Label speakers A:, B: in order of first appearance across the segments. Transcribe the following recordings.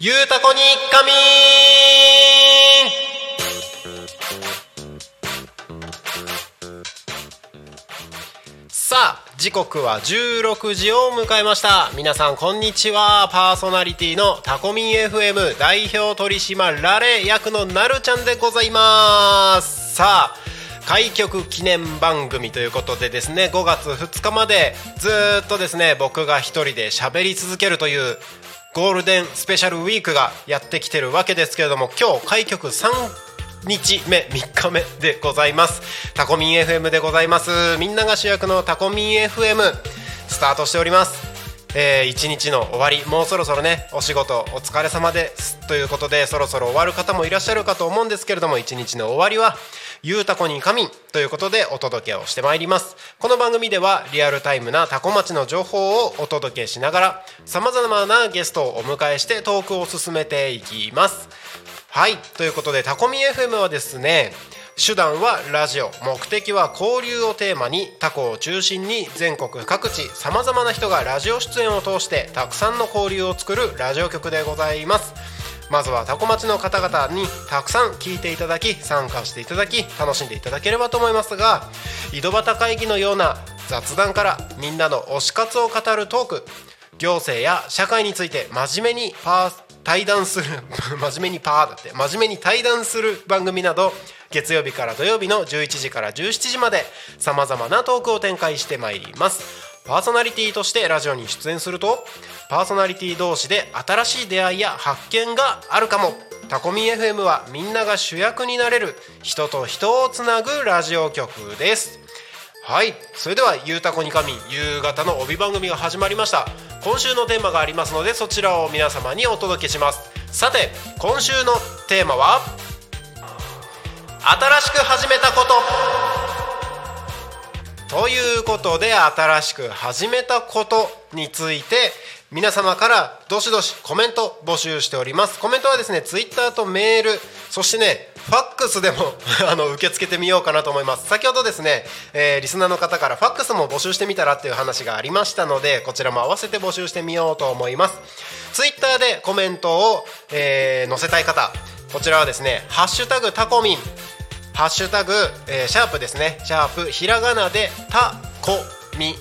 A: ゆうたこにかみさあ時刻は16時を迎えました皆さんこんにちはパーソナリティのタコミン FM 代表取締られ役のなるちゃんでございますさあ開局記念番組ということでですね5月2日までずーっとですね僕が一人で喋り続けるというゴールデンスペシャルウィークがやってきてるわけですけれども今日開局3日目3日目でございますタコミン FM でございますみんなが主役のタコミン FM スタートしておりますえー、一日の終わりもうそろそろねお仕事お疲れ様ですということでそろそろ終わる方もいらっしゃるかと思うんですけれども一日の終わりはゆうたこに仮眠ということでお届けをしてまいりますこの番組ではリアルタイムなタコ町の情報をお届けしながらさまざまなゲストをお迎えしてトークを進めていきますはいということでタコミ FM はですね手段はラジオ目的は交流をテーマにタコを中心に全国各地さまざまな人がラジオ出演を通してたくさんの交流を作るラジオ局でございますまずはタコ町の方々にたくさん聞いていただき参加していただき楽しんでいただければと思いますが井戸端会議のような雑談からみんなの推し活を語るトーク行政や社会について真面目にパー対談する真面目にパーだって真面目に対談する番組など月曜日から土曜日の11時から17時までさまざまなトークを展開してまいりますパーソナリティとしてラジオに出演するとパーソナリティ同士で新しい出会いや発見があるかもタコミン FM はみんなが主役になれる人と人をつなぐラジオ局ですはいそれでは「ゆうたこにかみ」夕方の帯番組が始まりました今週のテーマがありますのでそちらを皆様にお届けしますさて今週のテーマは新しく始めたことということで新しく始めたことについて皆様からどしどしコメント募集しておりますコメントはですねツイッターとメールそしてねファックスでも あの受け付けてみようかなと思います先ほどですね、えーリスナーの方からファックスも募集してみたらっていう話がありましたのでこちらも合わせて募集してみようと思いますツイッターでコメントを、えー載せたい方こちらはですね「ハッシュタグタコミン」ハッシュタグ、えーシャープですね。シャープ、ひらがなで、た、こ、み、ん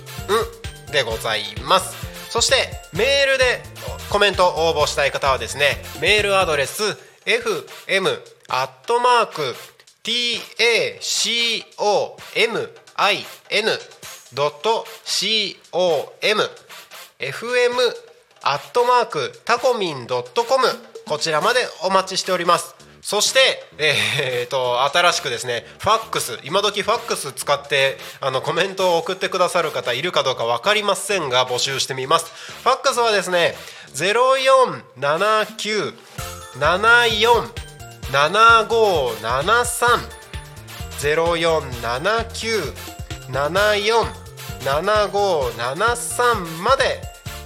A: でございます。そして、メールでコメント応募したい方はですね、メールアドレス、fm、アットマーク、tacomin.com、fm、アットマークタコミンドットコムこちらまでお待ちしておりますそして、えー、と新しくですねファックス今時ファックス使ってあのコメントを送ってくださる方いるかどうか分かりませんが募集してみますファックスはですね0479 74 7573 0479747573まで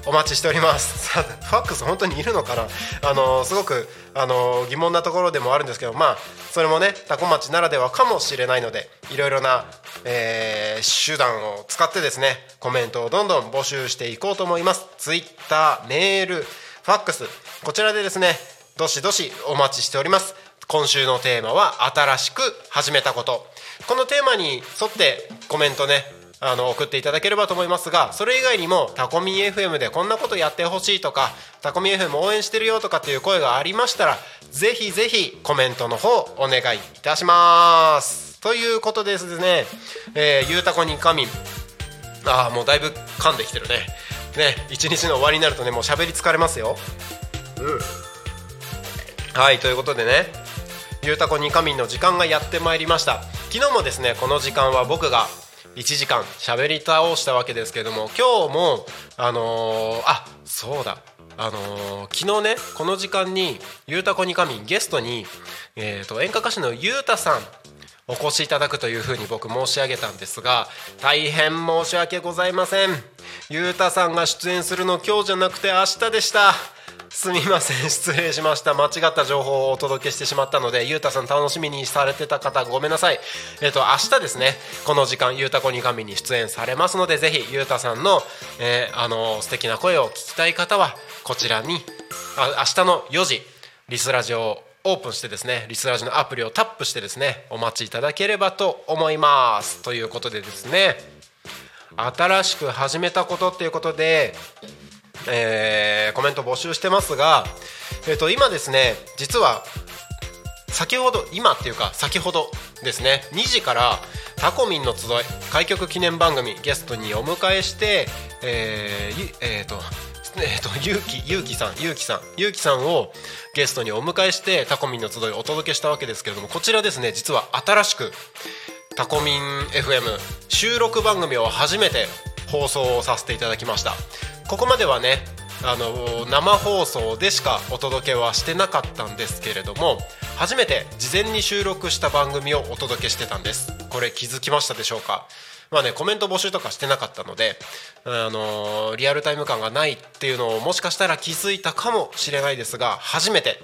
A: お待ちしております さあファックス本当にいるのかなあのすごくあの疑問なところでもあるんですけどまあそれもねタコ町ならではかもしれないのでいろいろな、えー手段を使ってですねコメントをどんどん募集していこうと思いますツイッターメールファックスこちらでですねどしどしお待ちしております今週のテーマは新しく始めたことこのテーマに沿ってコメントねあの送っていただければと思いますがそれ以外にもタコミン FM でこんなことやってほしいとかタコミン FM 応援してるよとかっていう声がありましたらぜひぜひコメントの方お願いいたしますということでですね、えー、ゆうたこにかみんああもうだいぶ噛んできてるねね一日の終わりになるとねもう喋り疲れますようんはいということでねゆうたこにかみんの時間がやってまいりました昨日もですねこの時間は僕が1時間喋り倒したわけですけれども今日もあのーあそうだあのー昨日ねこの時間にゆうたこにかみんゲストに、えー、と演歌歌手のゆうたさんお越しいただくというふうに僕申し上げたんですが大変申し訳ございませんゆうたさんが出演するの今日じゃなくて明日でしたすみません失礼しました間違った情報をお届けしてしまったのでゆうたさん楽しみにされてた方ごめんなさいえっ、と明日ですねこの時間「ゆうたこに神」に出演されますのでぜひゆうたさんの、えーあの素敵な声を聞きたい方はこちらにあ明日の4時リスラジオをオープンしてですねリスラジオのアプリをタップしてですねお待ちいただければと思いますということでですね新しく始めたことっていうことで、えーコメント募集してますが、えっと今ですね実は先ほど今っていうか先ほどですね2時から「タコミンの集い」開局記念番組ゲストにお迎えしてえーゆえーとえーとゆうきゆうきさんゆうきさんゆうきさんをゲストにお迎えして「タコミンの集い」お届けしたわけですけれどもこちらですね実は新しくタコミン FM 収録番組を初めて放送をさせていただきましたここまではねあの生放送でしかお届けはしてなかったんですけれども初めて事前に収録した番組をお届けしてたんですこれ気づきましたでしょうかまあねコメント募集とかしてなかったのであのリアルタイム感がないっていうのをもしかしたら気づいたかもしれないですが初めて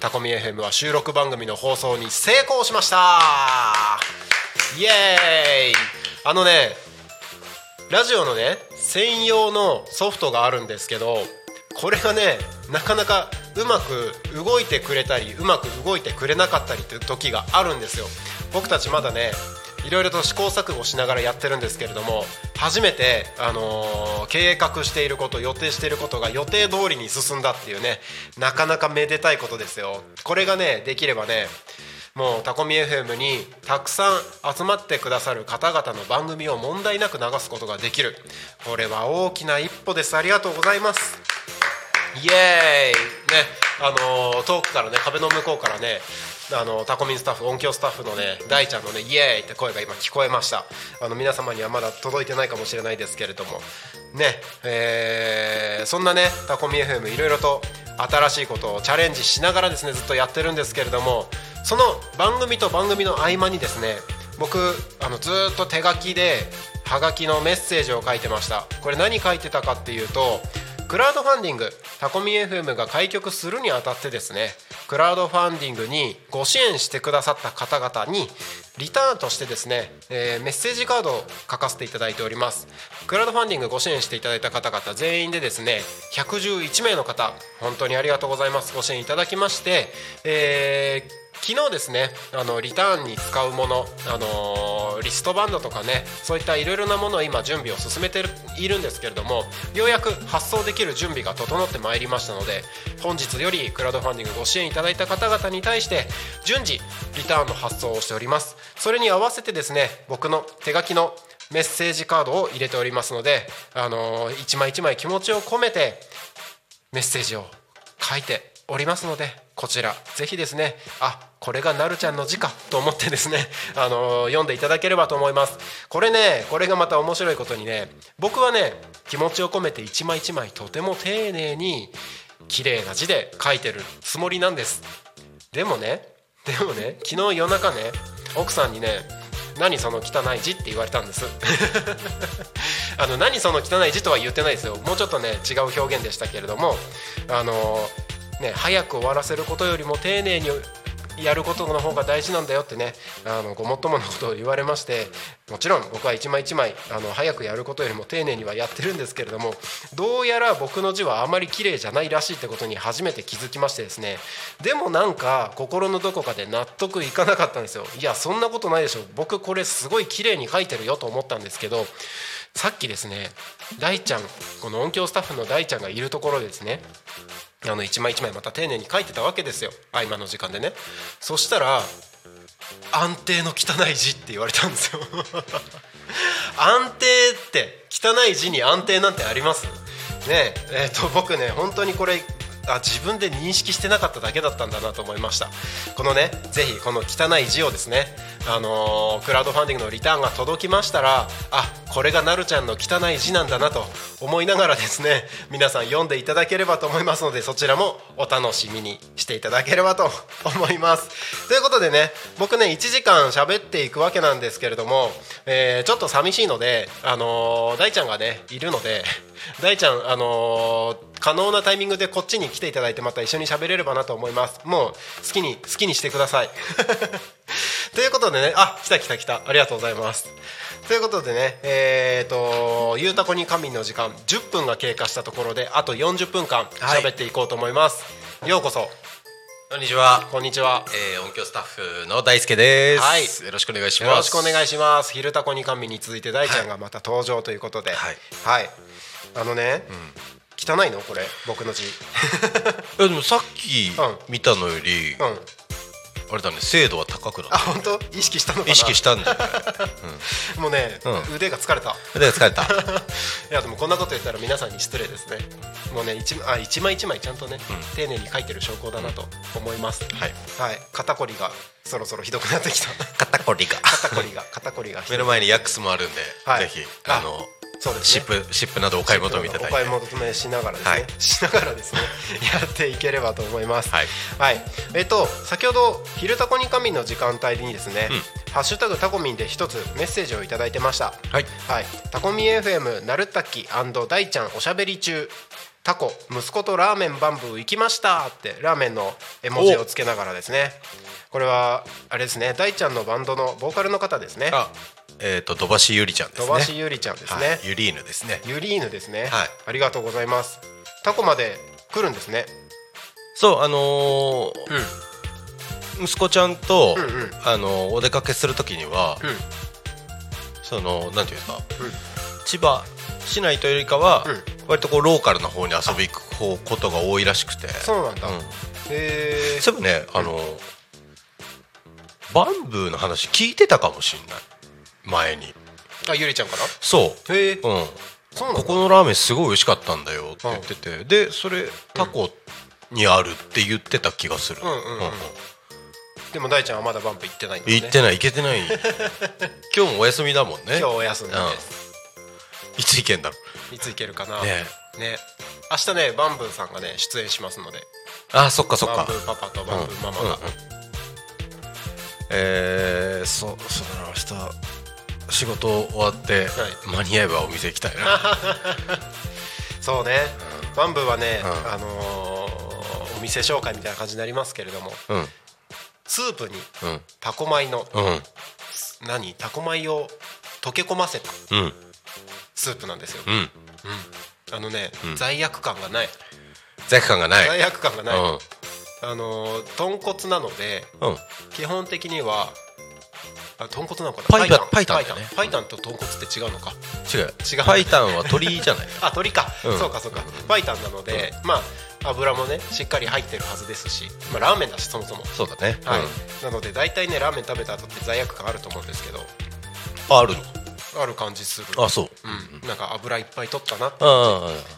A: タコミ FM は収録番組の放送に成功しましたイエーイあのねラジオのね専用のソフトがあるんですけどこれがねなかなかうまく動いてくれたりうまく動いてくれなかったりって時があるんですよ僕たちまだねいろいろと試行錯誤しながらやってるんですけれども初めて、あのー計画していること予定していることが予定通りに進んだっていうねなかなかめでたいことですよこれがねできればねもうタコミ FM にたくさん集まってくださる方々の番組を問題なく流すことができるこれは大きな一歩ですありがとうございますイエーイねあのー遠くからね壁の向こうからねあのータコミンスタッフ音響スタッフのね大ちゃんのねイエーイって声が今聞こえましたあの皆様にはまだ届いてないかもしれないですけれどもねえーそんなねタコミ FM いろいろと新しいことをチャレンジしながらですねずっとやってるんですけれどもその番組と番組の合間にですね僕あのずーっと手書きではがきのメッセージを書いてましたこれ何書いてたかっていうとクラウドファンディングタコミ FM が開局するにあたってですねクラウドファンディングにご支援してくださった方々にリターンとしてですね、えーメッセージカードを書かせていただいておりますクラウドファンディングご支援していただいた方々全員でですね111名の方本当にありがとうございますご支援いただきまして、えー昨日ですねあのリターンに使うもの、あのーリストバンドとかねそういったいろいろなものを今準備を進めてるいるんですけれどもようやく発送できる準備が整ってまいりましたので本日よりクラウドファンディングご支援いただいた方々に対して順次リターンの発送をしておりますそれに合わせてですね僕の手書きのメッセージカードを入れておりますので、あのー一枚一枚気持ちを込めてメッセージを書いておりますのでこちらぜひですねあこれがなるちゃんの字かと思ってですね、 あのー読んでいただければと思いますこれねこれがまた面白いことにね僕はね気持ちを込めて一枚一枚とても丁寧に綺麗な字で書いてるつもりなんですでもねでもね昨日夜中ね奥さんにね何その汚い字って言われたんですあの何その汚い字とは言ってないですよもうちょっとね違う表現でしたけれどもあのね早く終わらせることよりも丁寧にやることの方が大事なんだよってねあのごもっともなことを言われましてもちろん僕は一枚一枚あの早くやることよりも丁寧にはやってるんですけれどもどうやら僕の字はあまり綺麗じゃないらしいってことに初めて気づきましてですねでもなんか心のどこかで納得いかなかったんですよいやそんなことないでしょ僕これすごい綺麗に書いてるよと思ったんですけどさっきですね大ちゃんこの音響スタッフの大ちゃんがいるところでですねあの一枚一枚また丁寧に書いてたわけですよ合間の時間でねそしたら「安定の汚い字」って言われたんですよ安定って汚い字に安定なんてありますねええーと僕ね本当にこれあ自分で認識してなかっただけだったんだなと思いましたこのねぜひこの汚い字をですね、あのークラウドファンディングのリターンが届きましたらあこれがなるちゃんの汚い字なんだなと思いながらですね皆さん読んでいただければと思いますのでそちらもお楽しみにしていただければと思います ということでね僕ね1時間喋っていくわけなんですけれども、えーちょっと寂しいので、あのー大ちゃんがねいるので 大ちゃん、あのー可能なタイミングでこっちに来ていただいてまた一緒に喋れればなと思いますもう好きに好きにしてください ということでねあ来た来た来たありがとうございますということでねえっ、と「ゆうたこに神」の時間10分が経過したところであと40分間
B: はい
A: 喋っていこうと思います、ようこそ
B: こんにちは、
A: こんにちは
B: えー、音響スタッフの大輔です、
A: はい
B: よろしくお願いします
A: よろしくお願
B: い
A: いします。昼タコに神に続いて大ちゃんがまた登場ということで、は
B: はいい、
A: あのね、汚いのこれ僕の字、
B: やでもさっき
A: うん
B: 見たのより、
A: うん、
B: あれだね精度は高くなっ
A: あ
B: た
A: 本当意識したのかな。
B: 意識したんだよね
A: た。もうね、
B: うん
A: 腕が疲れた。
B: で疲れた
A: いやでもこんなこと言ったら皆さんに失礼ですね。もうね一枚あ一枚一枚ちゃんとね、丁寧に書いてる証拠だなと思います。
B: はい
A: はい、肩こりがそろそろひどくなってき た。
B: 肩こりが
A: 肩こりが肩こりがひど
B: 目
A: い。
B: の前にヤックスもあるんで、
A: はい
B: ぜひ
A: あ
B: あの
A: そうです
B: シ
A: ね
B: ッ。プシップなどお買い求めいただ
A: お
B: いて
A: 買い求めしながらですね、
B: はい
A: しながらですねやっていければと思います
B: はい、
A: はいえっと先ほど「昼タコに神」の時間帯にですね「ハッシュタグタコミン」で一つメッセージをいただいてました
B: はい
A: はいタコミン FM なるたき大ちゃんおしゃべり中タコ息子とラーメンバンブー行きましたってラーメンの絵文字をつけながらですねこれはあれですね大ちゃんのバンドのボーカルの方ですね
B: あえっ、と土橋ゆりちゃんですね
A: 土橋ゆりちゃんですね、
B: はい、ゆりーぬですね
A: ユリーヌですね、
B: はい
A: ありがとうございますタコまで来るんですね
B: そうあのー息子ちゃんと、
A: うんうん
B: あのーお出かけするときには、
A: うん
B: そのなんていうか、
A: うん
B: 千葉市内というよりかは、
A: うん
B: 割とこうローカルな方に遊び行く方ことが多いらしくて
A: そうなんだ、
B: うん
A: へえ
B: そういえばねあのー、バンブーの話聞いてたかもしれない前に
A: あゆりちゃんから
B: そ
A: へえ
B: う、うん、
A: そうなんだ
B: ここのラーメンすごい美味しかったんだよって言ってて、でそれタコにあるって言ってた気がする、
A: うんうんうんでも大ちゃんはまだバンプ行ってないんですね
B: 行ってない行け てない今日もお休みだもんね
A: 今日お休みです、
B: いつ行けんだろ
A: いつ行けるかな
B: う
A: ね
B: ね
A: 明日ねバンブーさんがね出演しますので
B: あそっかそっ
A: バン
B: か
A: ブーパパとバンブーママが、
B: うんうんえー、そそうだな明日仕事終わって、間に合えばお店行きたいな
A: そうね、バンブーはね、
B: うん
A: あのーお店紹介みたいな感じになりますけれども
B: うんうん
A: スープにタコ米の
B: うん
A: 何タコ米を溶け込ませた
B: うん
A: スープなんですよ、
B: うん
A: あのね、
B: うん
A: 罪悪感がない
B: 罪悪感がない
A: 罪悪感がない、
B: うん
A: あのー豚骨なので
B: うん
A: 基本的にはあ豚骨なのかな
B: パイタン
A: パイタン
B: パイタンだね
A: パイタンと豚骨って違うのか
B: 違う
A: 違う
B: パイタンは鳥じゃない
A: あ鳥か、
B: うん
A: そうかそうかパイタンなので、まあ油もねしっかり入ってるはずですし、まあ、ラーメンだしそもそも
B: そうだね、
A: はい、
B: うん
A: なので大体ねラーメン食べた後って罪悪感あると思うんですけど
B: あある
A: ある感じする
B: のあそう
A: うん、なんか油いっぱい取ったな
B: ああああ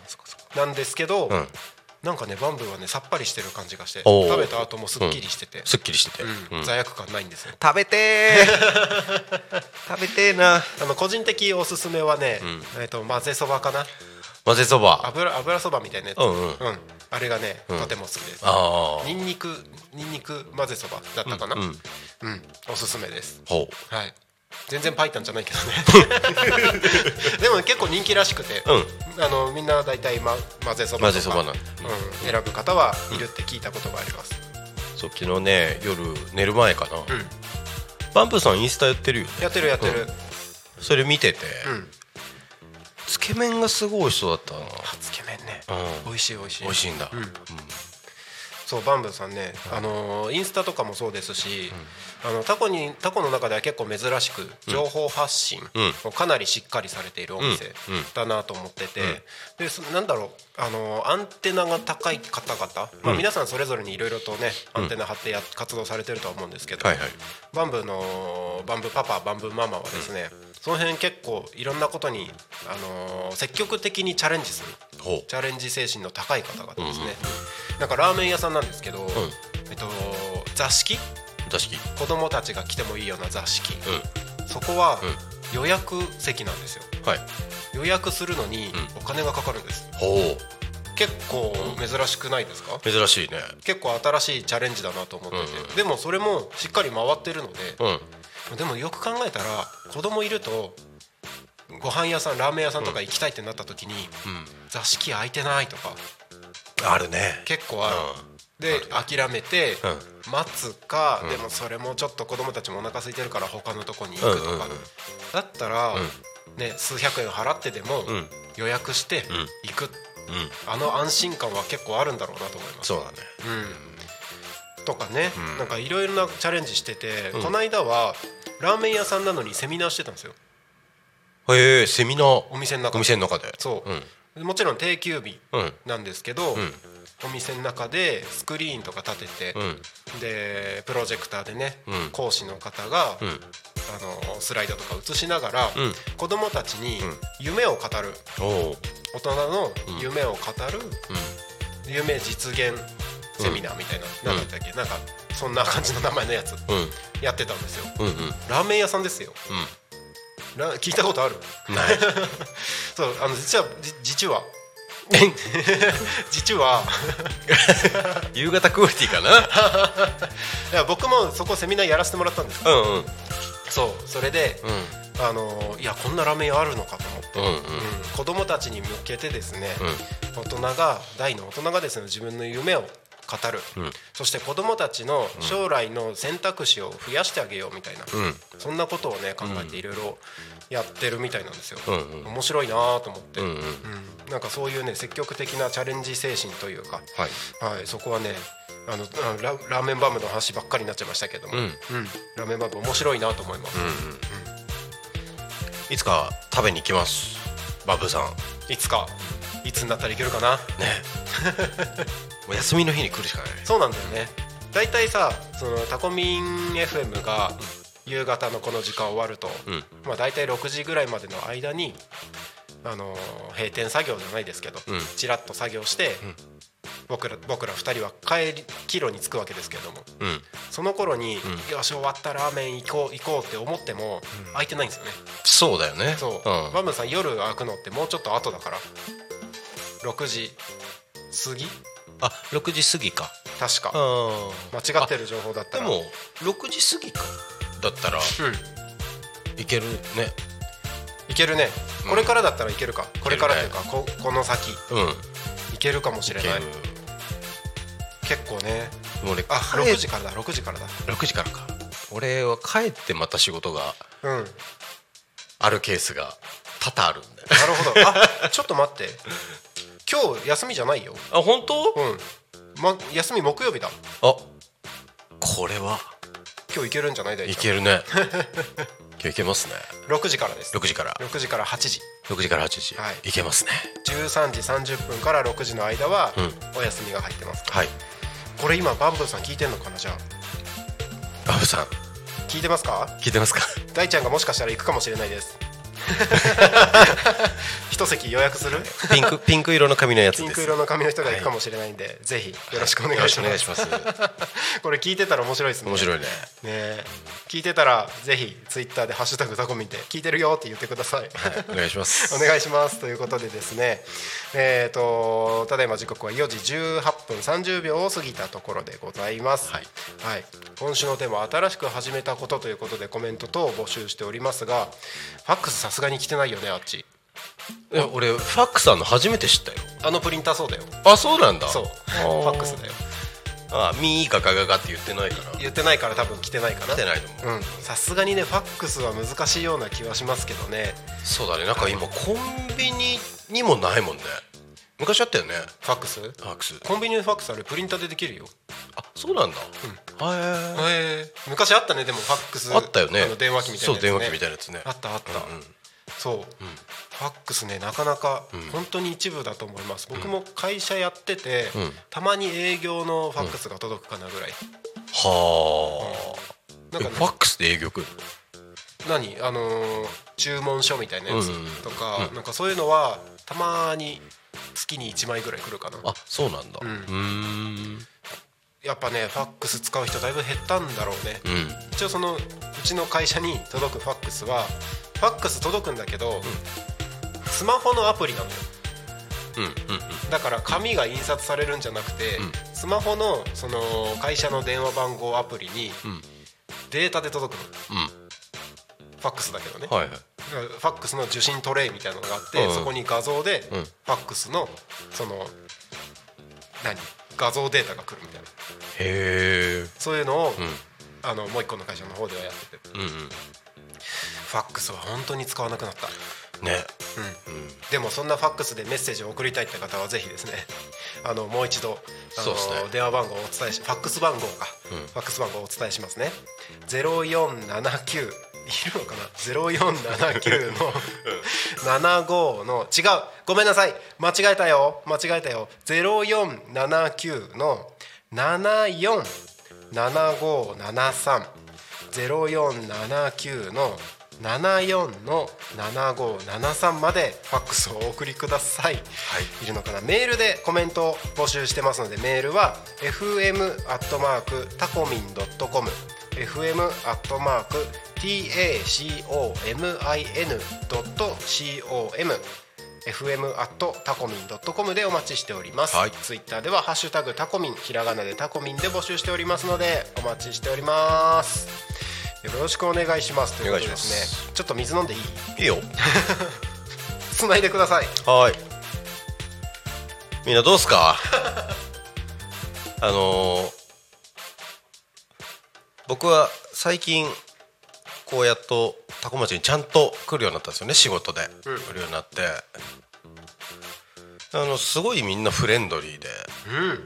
B: そっかそっ
A: な
B: か
A: んですけど、
B: うん
A: なんかねバンブーはねさっぱりしてる感じがして
B: おー
A: 食べた後もすっきりしてて、
B: すっきりしてて、
A: うん
B: うん
A: 罪悪感ないんですよ
B: 食べてー食べてーな
A: あの個人的おすすめはね、えっと混ぜそばかな
B: 混ぜそば
A: 油油そばみたいなやつ、
B: うんうん
A: あれがね、
B: ん
A: とても好きです
B: あ
A: にんにくにんにく混ぜそばだったかなう、
B: うんんう
A: おすすめです
B: ほう
A: はい全然パイタンじゃないけどね でも結構人気らしくて、あのみんな大体、ま、混ぜそば
B: 混
A: と
B: ぜそ
A: か
B: ばなんだ
A: うん、選ぶ方はいるって聞いたことがあります、
B: そう昨日ね夜寝る前かな、
A: うん
B: バンプーさんインスタやってるよね
A: やってるやってる、
B: それ見てて、
A: うん
B: つけ麺がすごい美味しそうだったな
A: つけ麺ね、
B: う
A: 美
B: ん
A: 味しい美味しい
B: 美味しいんだ、
A: うんそうバンブーさんね、あのーインスタとかもそうですし、あのタコにタコの中では結構珍しく情報発信
B: うん
A: をかなりしっかりされているお店
B: うんうん
A: だなと思ってて、でそなんだろう、あのーアンテナが高い方々、まあ、皆さんそれぞれにいろいろとねアンテナ張ってや活動されてるとは思うんですけど、
B: はいはい
A: バンブーのバンブーパパバンブーママはですね、その辺結構いろんなことに、あのー積極的にチャレンジする
B: ほう
A: チャレンジ精神の高い方々ですね、なんかラーメン屋さんなんですけど、えっと、座敷
B: 座敷
A: 子供たちが来てもいいような座敷、
B: う
A: そこは
B: う
A: 予約席なんですよ
B: んはい
A: 予約するのに
B: う
A: お金がかかるんです
B: ほ
A: 結構珍しくないですか
B: う珍しいね
A: 結構新しいチャレンジだなと思ってて、
B: うんう
A: でもそれもしっかり回ってるので、
B: うん
A: でもよく考えたら子供いるとご飯屋さんラーメン屋さんとか行きたいってなった時に、座敷空いてないとか
B: あるね
A: 結構ある、
B: うん
A: で諦めて
B: う
A: 待つか、でもそれもちょっと子供たちもお腹空いてるから他のとこに行くとか、
B: うんうんうん
A: だったら、ね、数百円払ってでも
B: ん
A: 予約して行く、
B: うん
A: あの安心感は結構あるんだろうなと思います。
B: そうだね
A: うんとかね、なんかいろいろなチャレンジしてて、この間はラーメン屋さんなのにセミナーしてたんですよ
B: へえセミナー
A: お店の中で
B: お店の中で
A: そう、
B: うん
A: もちろん定休日
B: うん
A: なんですけど、
B: ん
A: お店の中でスクリーンとか立てて、
B: うん
A: でプロジェクターでね、
B: うん
A: 講師の方が、
B: ん
A: あのスライドとか映しながら、
B: うん
A: 子供たちに夢を語る
B: おお
A: 大人の夢を語る、夢実現セミナーみたいな、
B: うん
A: なんだったっけなんかそんな感じの名前のやつ
B: うん
A: やってたんですよ
B: うんうん
A: ラーメン屋さんですよラ聞いたことある
B: うんない
A: そうあの実はじ実は 実は
B: 夕方クオリティかない
A: や僕もそこセミナーやらせてもらったんです
B: うんうん
A: そうそれで、
B: う
A: あのいやこんなラーメン屋あるのかと思って、
B: んうん
A: うん子供たちに向けてですね、大人が大の大人がですね自分の夢を語る、
B: うん
A: そして子供たちの将来の選択肢を増やしてあげようみたいな、
B: うん
A: そんなことをね考えていろいろやってるみたいなんですよ、
B: うんうん
A: 面白いなと思って、
B: うんうん
A: うんなんかそういうね積極的なチャレンジ精神というか、
B: はい
A: はい、そこはねあのあララーメンバムの話ばっかりになっちゃいましたけども、
B: うん
A: ラーメンバム面白いなと思います、
B: いつか食べに行きますバブさん
A: いつかいつになったらいけるかな
B: ねもう休みの日に来るしかない
A: そうなんだよね大体さそのタコミン FM が夕方のこの時間終わると、
B: うん
A: まあ、大体6時ぐらいまでの間に、あのー閉店作業じゃないですけど、
B: うん
A: ちらっと作業して、
B: ん
A: 僕ら僕ら2人は帰り帰路に着くわけですけども
B: うん
A: その頃に、よし終わったラーメン行こう行こうって思っても、空いてないんですよね
B: そうだよね
A: そう、
B: ん
A: バムさん夜開くのってもうちょっと後だから6時過ぎ
B: あ6時過ぎか
A: 確か、
B: あ
A: 間違ってる情報だった
B: で
A: ら
B: も6時過ぎかだったら
A: うん
B: いけるね
A: いけるね、
B: うん
A: これからだったらいけるかこれからっていうかここの先
B: うん
A: いけるかもしれ
B: い
A: ない結構ね
B: もう俺
A: あ
B: 帰
A: 6時からだ6時からだ
B: 6時からか俺は帰ってまた仕事が
A: うんなる
B: あるケースが多々あるんだよ
A: ほどあちょっと待って今日休みじゃないよ
B: あ本当
A: うん、ま、休み木曜日だ
B: あこれは
A: 今日いけるんじゃないだい
B: いける ね今日いけますね
A: 6時からです
B: 6時から
A: 6時から8時
B: 6時から8時、
A: はい
B: いけますね
A: 13時30分から6時の間は
B: う
A: お休みが入ってます、
B: はい
A: これ今バンブーさん聞いてんのかなじゃあ
B: バブさん
A: 聞いてますか
B: 聞い てますか
A: 大ちゃんがもしかしたら行くかもしれないです一席予約する
B: ピンクピンク色の髪のやつ
A: ピ
B: で
A: ン
B: す
A: ク色の髪の人が行くかもしれないんで、ぜひよろしくお願いし
B: よ
A: ま
B: ろ
A: す。
B: しくお願いします
A: これ聞いてたら面白いですね。
B: 面
A: ね
B: 白いね
A: え聞いてたらぜひツイッターでハッシュタグタコミンで聞いてるよって言ってください。
B: はいお願いします
A: お願いしますということでですね、えー、とただいま時刻は4時18分30秒を過ぎたところでございます、
B: はい
A: はい今週のテーマ「新しく始めたこと」ということでコメント等を募集しておりますがファックスさすがに来てないよねあっち
B: いや俺ファックスあるの初めて知ったよ
A: あのプリンターそうだよ
B: あそうなんだ
A: そうフ
B: あー
A: ァックスだよ
B: あミーガガガガって言ってないから
A: 言ってないから多分来てないかな
B: 来てないと思う、
A: うんさすがにねファックスは難しいような気はしますけどね
B: そうだねなんか今コンビニにもないもんね昔あったよね
A: ファックス
B: ファックス
A: コンビニのファックスあれプリンターでできるよ
B: あそうなんだ、はい
A: へえ昔あったねでもファックス
B: あったよね
A: あの電話機みたいな
B: そう電話機みたいなやつね
A: あったあった、
B: うんうん
A: そう、ファックスねなかなか本当に一部だと思います、僕も会社やってて、
B: ん
A: たまに営業のファックスが届くかなぐらい、
B: はあ、
A: なんかね
B: えファックスで営業来る
A: 何あのー注文書みたいなやつ
B: うんうん
A: とか、なんかそういうのはたまに月に1枚ぐらい来るかな
B: あそうなんだうんーん
A: やっぱねファックス使う人だいぶ減ったんだろうね、
B: うん
A: 一応そのうちの会社に届くファックスはファックス届くんだけど、スマホのアプリなのよ
B: うんうんうん
A: だから紙が印刷されるんじゃなくて、
B: うん
A: スマホのその会社の電話番号アプリに
B: うん
A: データで届くの
B: うん
A: ファックスだけどね、
B: はいはい
A: ファックスの受信トレイみたいなのがあって、
B: うん
A: そこに画像で、
B: うん
A: ファックスのその何画像データが来るみたいな
B: へえ
A: そういうのを、
B: うん
A: あのもう一個の会社の方ではやってて
B: うんうん
A: ファックスは本当に使わなくなった、
B: ね
A: うんでもそんなファックスでメッセージを送りたいって方はぜひですねあのもう一度あ
B: そう
A: の、
B: ですね
A: 電話番号をお伝えしファックス番号か、
B: うん
A: ファックス番号をお伝えしますね0479いるのかな0479の75の違うごめんなさい間違えたよ間違えたよ0479の747573 0479の74の7573までファックスをお送りください、い、るのかなメールでコメントを募集してますのでメールは fm アットマークタコミンドットコム fm アットマーク tacomin.com fm アットタコミンドットコムでお待ちしております、
B: はい
A: ツイッターではハッシュタグタコミンひらがなでタコミンで募集しておりますのでお待ちしておりますよろしくお願いしますということで
B: お願い
A: す
B: し
A: ねちょっと水飲んでいい
B: いいよ
A: つないでください
B: はーいみんなどうすかあのー僕は最近こうやっとタコ町にちゃんと来るようになったんですよね仕事で、
A: うん
B: 来るようになってあのすごいみんなフレンドリーで
A: うん本
B: うん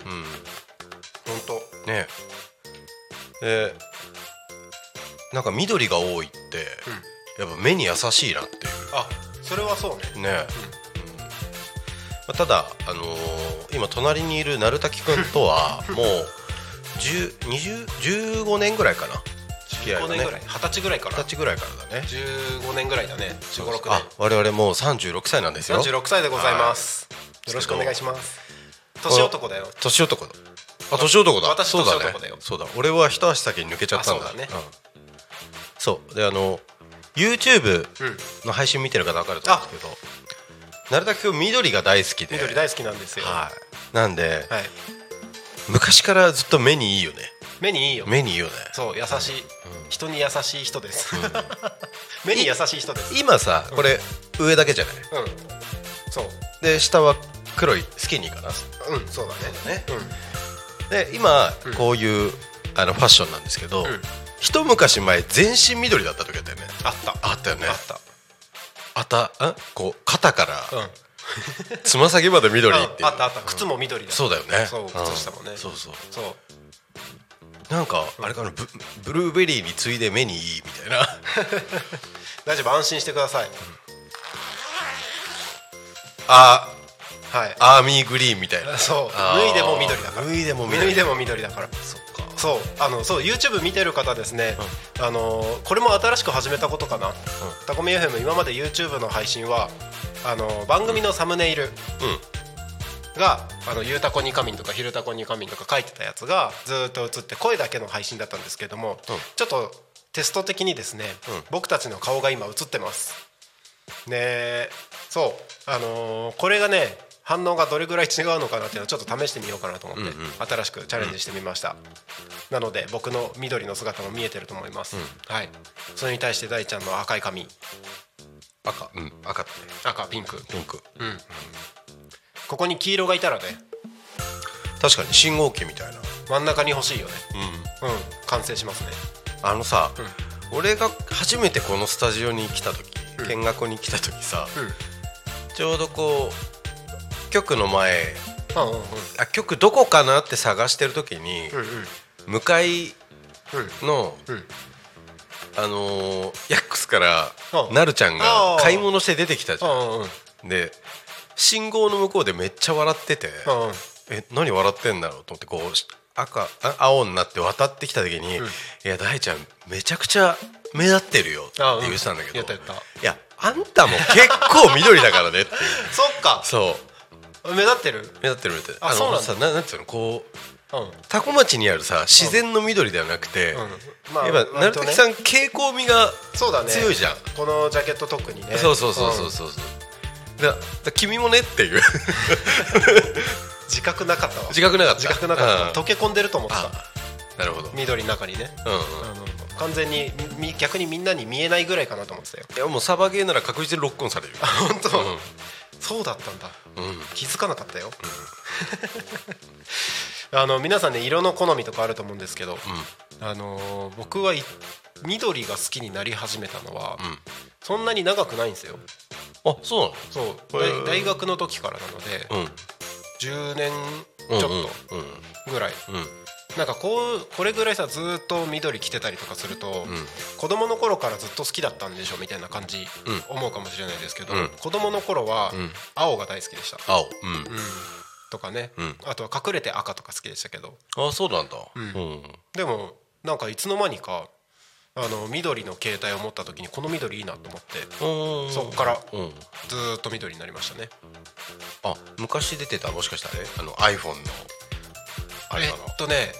A: 当
B: ねでなんか緑が多いって、やっぱ目に優しいなっていう
A: あそれはそうね
B: ね、うんまあ、ただ、あのー今隣にいる鳴滝君とはもう10 20 15年ぐらいかな付き合い
A: 5
B: がね
A: 年ぐらい二十歳ぐらいか
B: 二十
A: ら
B: 歳ぐらいからだね
A: 15年ぐらいだね1 5 6
B: あ我々もう36歳なんですよ
A: 年46歳でございますよろしくお願いします年男だよ
B: 年男だあ年男だ
A: 私
B: そうだ
A: 年男だ
B: ね
A: よ
B: そうだ俺は一足先に抜けちゃったんだ
A: あそうだね
B: んそうであの YouTube
A: うん
B: の配信見てる方分かると思うんですけど鳴滝君緑が大好きで
A: 緑大好きなんですよは
B: はいなんで
A: い
B: 昔からずっと目にいいよね
A: 目にいいよ
B: 目にいいよね
A: そう優しい人に優しい人です 目に優しい人です
B: 今さこれ上だけじゃない
A: うんそう
B: で下は黒いスキニーかな
A: うんそうだね
B: で今
A: うん
B: こういうあのファッションなんですけど
A: ん
B: 一昔前全身緑だった時だったよね
A: あった
B: あったよね
A: あった
B: あたんこう肩か
A: うん
B: らつま先まで緑っていう
A: あったあった靴も緑だ
B: そうだよね
A: そうん靴下もね
B: そうそう
A: そう
B: なんかあれかなブブルーベリーに次いで目にいいみたいな
A: 大丈夫安心してください
B: あ
A: はい
B: アーミーグリーンみたいな
A: そう
B: あー
A: 脱いでも緑だから
B: 脱いでも緑
A: 脱いでも緑だから
B: そっか
A: そうあのそう YouTube 見てる方ですね、あのーこれも新しく始めたことかな、タコミ FM 今まで YouTube の配信はあのー番組のサムネイルが「あのゆうたこにかみん」とか「ひるたこにかみん」とか書いてたやつがずーっと映って声だけの配信だったんですけども、
B: うん
A: ちょっとテスト的にですね、
B: うん
A: 僕たちの顔が今映ってます。ねえそうあのーこれがね反応がどれぐらい違うのかなっていうのをちょっと試してみようかなと思って、
B: うんうん
A: 新しくチャレンジしてみました、なので僕の緑の姿も見えてると思います、はいそれに対して大ちゃんの赤い髪
B: 赤うん赤だね
A: 赤ピンク
B: ピンク
A: ここに黄色がいたらね
B: 確かに信号機みたいな
A: 真ん中に欲しいよねうん完成しますね
B: あのさ、俺が初めてこのスタジオに来た時、見学に来た時さ、ちょうどこう局の前
A: うんうんうん
B: あ局どこかなって探してる時に、
A: うん
B: 向かい
A: うん
B: の、
A: うん
B: あのーヤックスから、
A: うん
B: なるちゃん
A: あ
B: が
A: ー
B: 買い物して出てきたじゃん。
A: うんうんうん
B: で信号の向こうでめっちゃ笑ってて、
A: うんうん
B: え何笑ってんだろうと思ってこうし赤あ青になって渡ってきた時に「
A: うん
B: いや大ちゃんめちゃくちゃ目立ってるよ」って
A: あうん
B: 言ってたんだけど、
A: 言った言った
B: いやあんたも結構緑だからねっていう
A: そっか
B: そう
A: 目立ってる
B: 目立ってる目立ってる
A: あ
B: の
A: そうなんだ
B: さななんていうのこう
A: うん
B: タコ町にあるさ自然の緑ではなくて、
A: うんまあ
B: やっぱ
A: 割
B: 鳴
A: とね
B: 滝さん蛍光味が
A: そうだね
B: 強いじゃん、
A: このジャケット特にね
B: そうそうそうそ
A: ん
B: うそうそうだだ君もねっていう
A: 自覚なかったわ
B: 自覚なかった
A: 自覚なかった
B: うん
A: 溶け込んでると思ってた
B: あなるほど
A: 緑の中にね
B: うんうん
A: あの完全にみ逆にみんなに見えないぐらいかなと思ってたよ
B: いやもうサバゲーなら確実にロックオンされるよ
A: 本当、
B: うん
A: そうだったんだ
B: うん
A: 気づかなかったよ、あの皆さんね色の好みとかあると思うんですけど、あのー僕はい緑が好きになり始めたのは、
B: ん
A: そんなに長くないんですよ
B: あそうなの
A: そう
B: へー
A: 大大学の時からなので、
B: うん
A: 10年ちょっ
B: とうん
A: とぐらい、
B: うん
A: なんかこうこれぐらいさずーっと緑着てたりとかすると、
B: ん
A: 子供の頃からずっと好きだったんでしょみたいな感じ、
B: う
A: 思うかもしれないですけど、
B: うん
A: 子供の頃は
B: ん
A: 青が大好きでした、
B: 青うん
A: うんとかね、
B: うん
A: あとは隠れて赤とか好きでしたけど
B: あそうなんだうんん
A: でもなんかいつの間にかあの緑の携帯を持った時にこの緑いいなと思ってそこから
B: うん
A: ずーっと緑になりましたね
B: あ昔出てたもしかしたらねあの iPhone のあれ
A: え
B: かな
A: っとね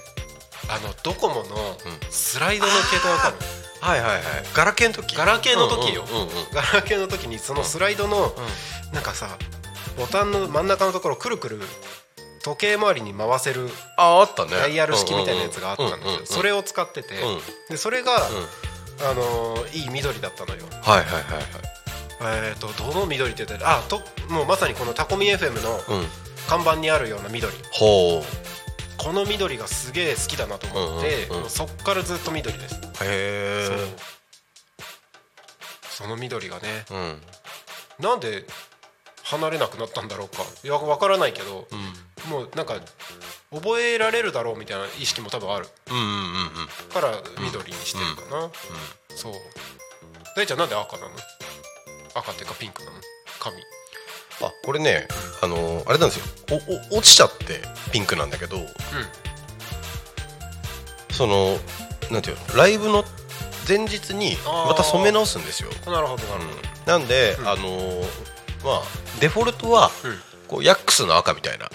A: あのドコモのスライドの携帯わかる、
B: はいはいはいガラケーの時
A: ガラケーの時よ
B: うんうんうんうん
A: ガラケーの時にそのスライドのなんかさボタンの真ん中のところくるくる時計回りに回せる
B: ああったね
A: ダイヤル式みたいなやつがあったんですよそれ
B: を
A: を使ってて
B: うん
A: でそれがあのーいい緑だったのよ
B: はいはいはいはい
A: えっとどの緑って言ったらあともうまさにこのタコミ FM の
B: うん
A: 看板にあるような緑
B: ほう
A: この緑がすげえ好きだなと思って、
B: うんうんうん
A: そっからずっと緑です、
B: へ
A: そう
B: え
A: その緑がね
B: うん
A: なんで離れなくなったんだろうかいやわからないけど、
B: うん
A: もうなんか覚えられるだろうみたいな意識も多分ある
B: うんうんうんうん
A: から緑にしてるかな、そう大ちゃんなんで赤なの赤っていうかピンクなの髪
B: あこれねあのあれなんですよおお落ちちゃってピンクなんだけどそのなんていうのライブの前日に
A: あー
B: また染め直すんですよ、
A: うんなるほどなるほ
B: なんで、
A: うん
B: あのーまあデフォルトは
A: ど、うん
B: こうヤックスの赤みたいな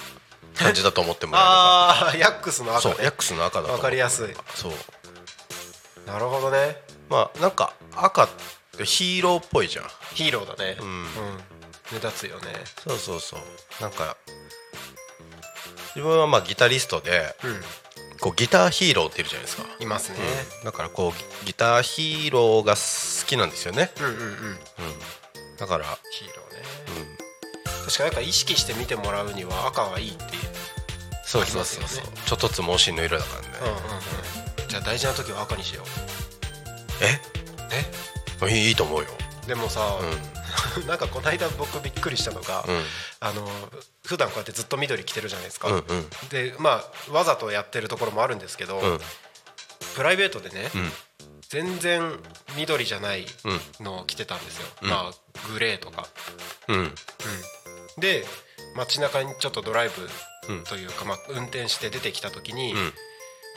B: 感じだと思ってもら
A: ああヤックスの
B: えれば
A: 赤
B: そうヤ
A: ね
B: ックスの赤だと思
A: わかりやすい
B: そう
A: なるほどね
B: まあなんか赤ってヒーローっぽいじゃん
A: ヒーローだね
B: うん
A: うん、目立つよね
B: そうそうそうなんか自分はまあギタリストで
A: う
B: こうギターヒーローっているじゃないですか
A: んいますね、
B: だからこうギターヒーローが好きなんですよね、
A: うん、うんうん
B: うん、だから、
A: ヒーローね
B: うん、
A: 確かになんか意識して見てもらうには赤はいいって
B: そう
A: そ
B: そうう
A: そ
B: そうう
A: そ
B: そううちょっとつ盲信の色だからね、
A: うんうんうんじゃあ大事な時は赤にしよ
B: えいいいいと思うよ
A: うでもさ
B: う、ん
A: なんかこの間僕びっくりしたのが、
B: うん
A: あの普段こうやってずっと緑着てるじゃないですか、
B: うんうん
A: でまあわざとやってるところもあるんですけど、
B: うん
A: プライベートでね、
B: うん
A: 全然緑じゃない
B: うん
A: のを着てたんですよ、
B: うん
A: まあグレーとか、
B: うん
A: うん、で街中にちょっとドライ
B: うん
A: ブというか、まあ、運転して出てきた時に、
B: うん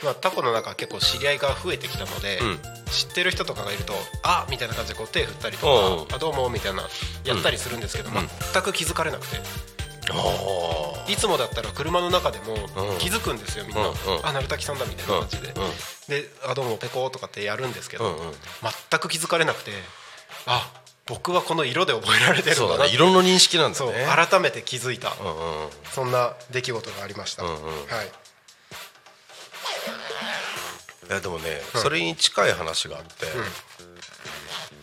A: まあ、タコの中は結構知り合いが増えてきたので、
B: うん
A: 知ってる人とかがいると「あみたいな感じでこう手振ったりと
B: おう
A: か「あどうも」みたいなやったりするんですけど、
B: ん
A: 全く気づかれなくて、
B: あ
A: いつもだったら車の中でも
B: うん
A: 気づくんですよみんな「
B: うんうん
A: あ成滝さんだ」みたいな感じで「であどうもペコ」とかってやるんですけど、
B: うんうん
A: 全く気づかれなくて「あ僕はこの色で覚えられてる
B: そ
A: ん
B: う
A: だ
B: だ
A: な」
B: ね色の認識なんだ
A: そう
B: ね
A: 改めて気づいた、
B: うんうんうん
A: そんな出来事がありました、
B: うんうん
A: はい
B: いやでもね、それに近い話があって、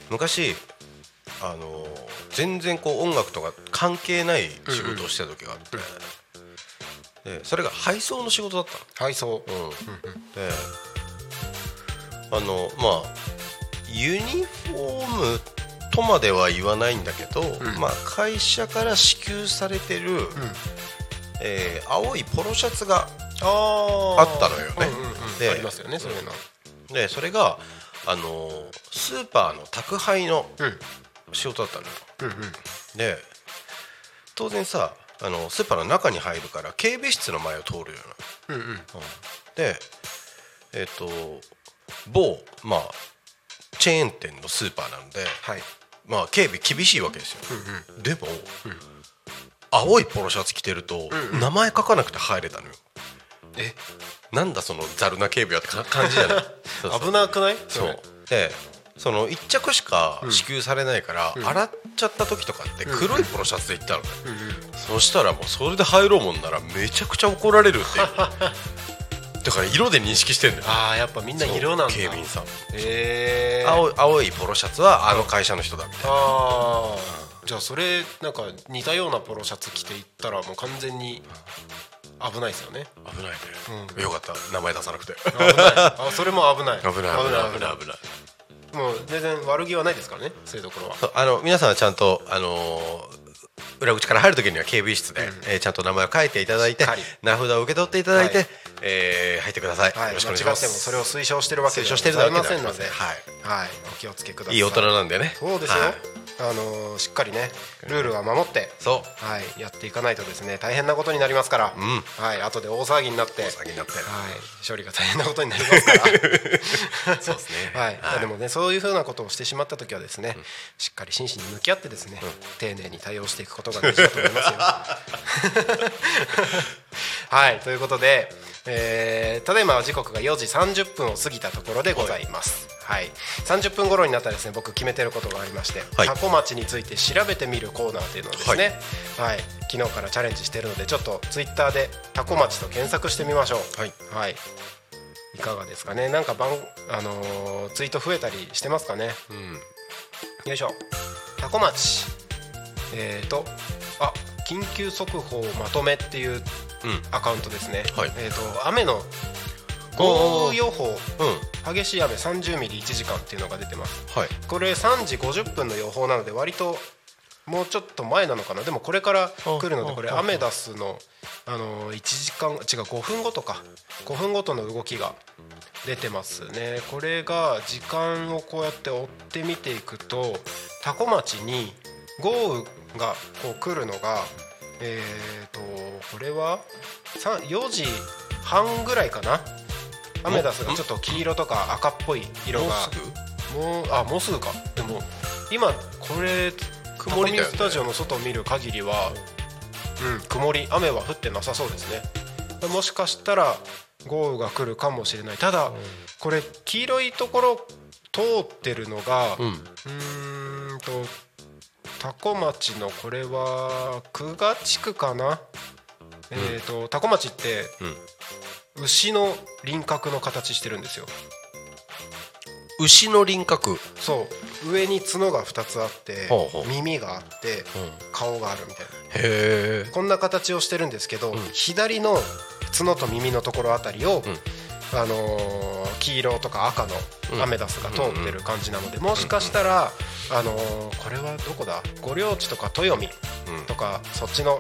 B: 昔あの全然こう音楽とか関係ない仕事をしてた時があって、でそれが配送の仕事だったの。
A: はいそう、
B: うんであのまあユニフォームとまでは言わないんだけど、
A: ん
B: まあ、会社から支給されてる、えー青いポロシャツが
A: あ
B: あったのよね
A: うんうんうん
B: で
A: ありますよねそういうの、
B: でそれがあのスーパーの宅配の
A: うん、
B: 仕事だったのよ。
A: うんうん
B: で当然さあのスーパーの中に入るから警備室の前を通るよ
A: うんうん
B: うな、でえっ、と某まあチェーン店のスーパーなんで、
A: はい
B: まあ警備厳しいわけですよ、
A: うんうん
B: でも、青いポロシャツ着てると、
A: うん
B: 名前書かなくて入れたのよ
A: え
B: なんだそのざるな警備はってか感じじゃない そうそう
A: 危なくない
B: そうでその1着しか支給されないから、
A: うん
B: 洗っちゃった時とかって黒いポロシャツで行ったのね、
A: うんうん
B: そしたらもうそれで入ろうもんならめちゃくちゃ怒られるっていうだから色で認識してんだよ
A: ああやっぱみんな色なんだ
B: 警備員さん
A: えー、
B: 青い青いポロシャツはあの会社の人だみたいな
A: あーじゃあそれなんか似たようなポロシャツ着ていったらもう完全に危ないです よね
B: 危ないね、よかった名前出さなくて
A: 危ないあそれも危ない
B: 危ない危ない危ない危ない危ない
A: もう全然悪気はないですからねそういうところは
B: そうあの皆さんはちゃんと、あのー裏口から入るときには警備室で、えーちゃんと名前を書いていただいて
A: しっかり
B: 名札を受け取っていただいて、
A: はい
B: えー入ってください、
A: はい間
B: よろ
A: 違
B: し
A: っ
B: くお願い
A: て
B: し
A: も
B: ます
A: それを推奨してるわけ
B: 推
A: で
B: 奨
A: は
B: してる
A: ござ
B: わ
A: い
B: けでは
A: ま
B: あ
A: せ
B: り
A: ん
B: ま
A: の
B: せ
A: で
B: んはい
A: はいお気をつけください
B: いい大人なんでね
A: そうですよ、
B: はい
A: あのーしっかりねルールは守っては
B: そ
A: いやっていかないとですね大変なことになりますから、
B: ん
A: はい後で大騒ぎになって
B: う先になって
A: はい、処理が大変なことになりますから。
B: そうですね
A: はい、でもね、そういうふうなことをしてしまった時はですね、しっかり真摯に向き合ってですね、丁寧に対応していくことが大事だと思います よ。はい、ということで、えーただいま時刻が4時30分を過ぎたところでございます。はい、30分頃になったらですね、僕決めてることがありまして、
B: はい
A: タコ町について調べてみるコーナーというのをですね、はい、昨日からチャレンジしてるので、ちょっとツイッターでタコ町と検索してみましょう。
B: はい、
A: はい、いかがですかね、なんか番、あのーツイート増えたりしてますかね。よいしょ、タコ町、えーと、あ緊急速報まとめっていう
B: うんうん
A: アカウントですね、
B: はい
A: えーと雨の豪雨予報、
B: うん
A: 激しい雨30ミリ1時間っていうのが出てます。
B: はい
A: これ3時50分の予報なので割ともうちょっと前なのかなでもこれから来るの
B: あ
A: でこれ
B: あ
A: アメダスのあの1時間違う5分ごとか5分ごとの動きが出てますねこれが時間をこうやって追って見ていくとタコ町に豪雨がこう来るのがえー、とこれはさ4時半ぐらいかなアメダスがちょっと黄色とか赤っぽい色
B: もう
A: が
B: すぐ
A: もうあもうすぐかでも今これ曇
B: 曇
A: り
B: りだよね
A: スタジオの外を見る限りは、うん、曇り雨は降ってなさそうですねもしかしたら豪雨が来るかもしれないただ、これ黄色いところ通ってるのがう
B: うん
A: ーんと多古町のこれは久我地区かな、えっ、と多古町って牛の輪郭の形してるんですよ
B: うん牛の輪郭
A: そう上に角が2つあって
B: ほうほう
A: 耳があって
B: ん
A: 顔があるみたいな
B: へえ
A: こんな形をしてるんですけど、
B: ん
A: 左の角と耳のところあたりを、
B: ん
A: あのー黄色とか赤
B: うん
A: のアメダスが通ってる感じなので、もしかしたら、あのーこれはどこだ五稜地とか豊見
B: うん
A: とか、そっちの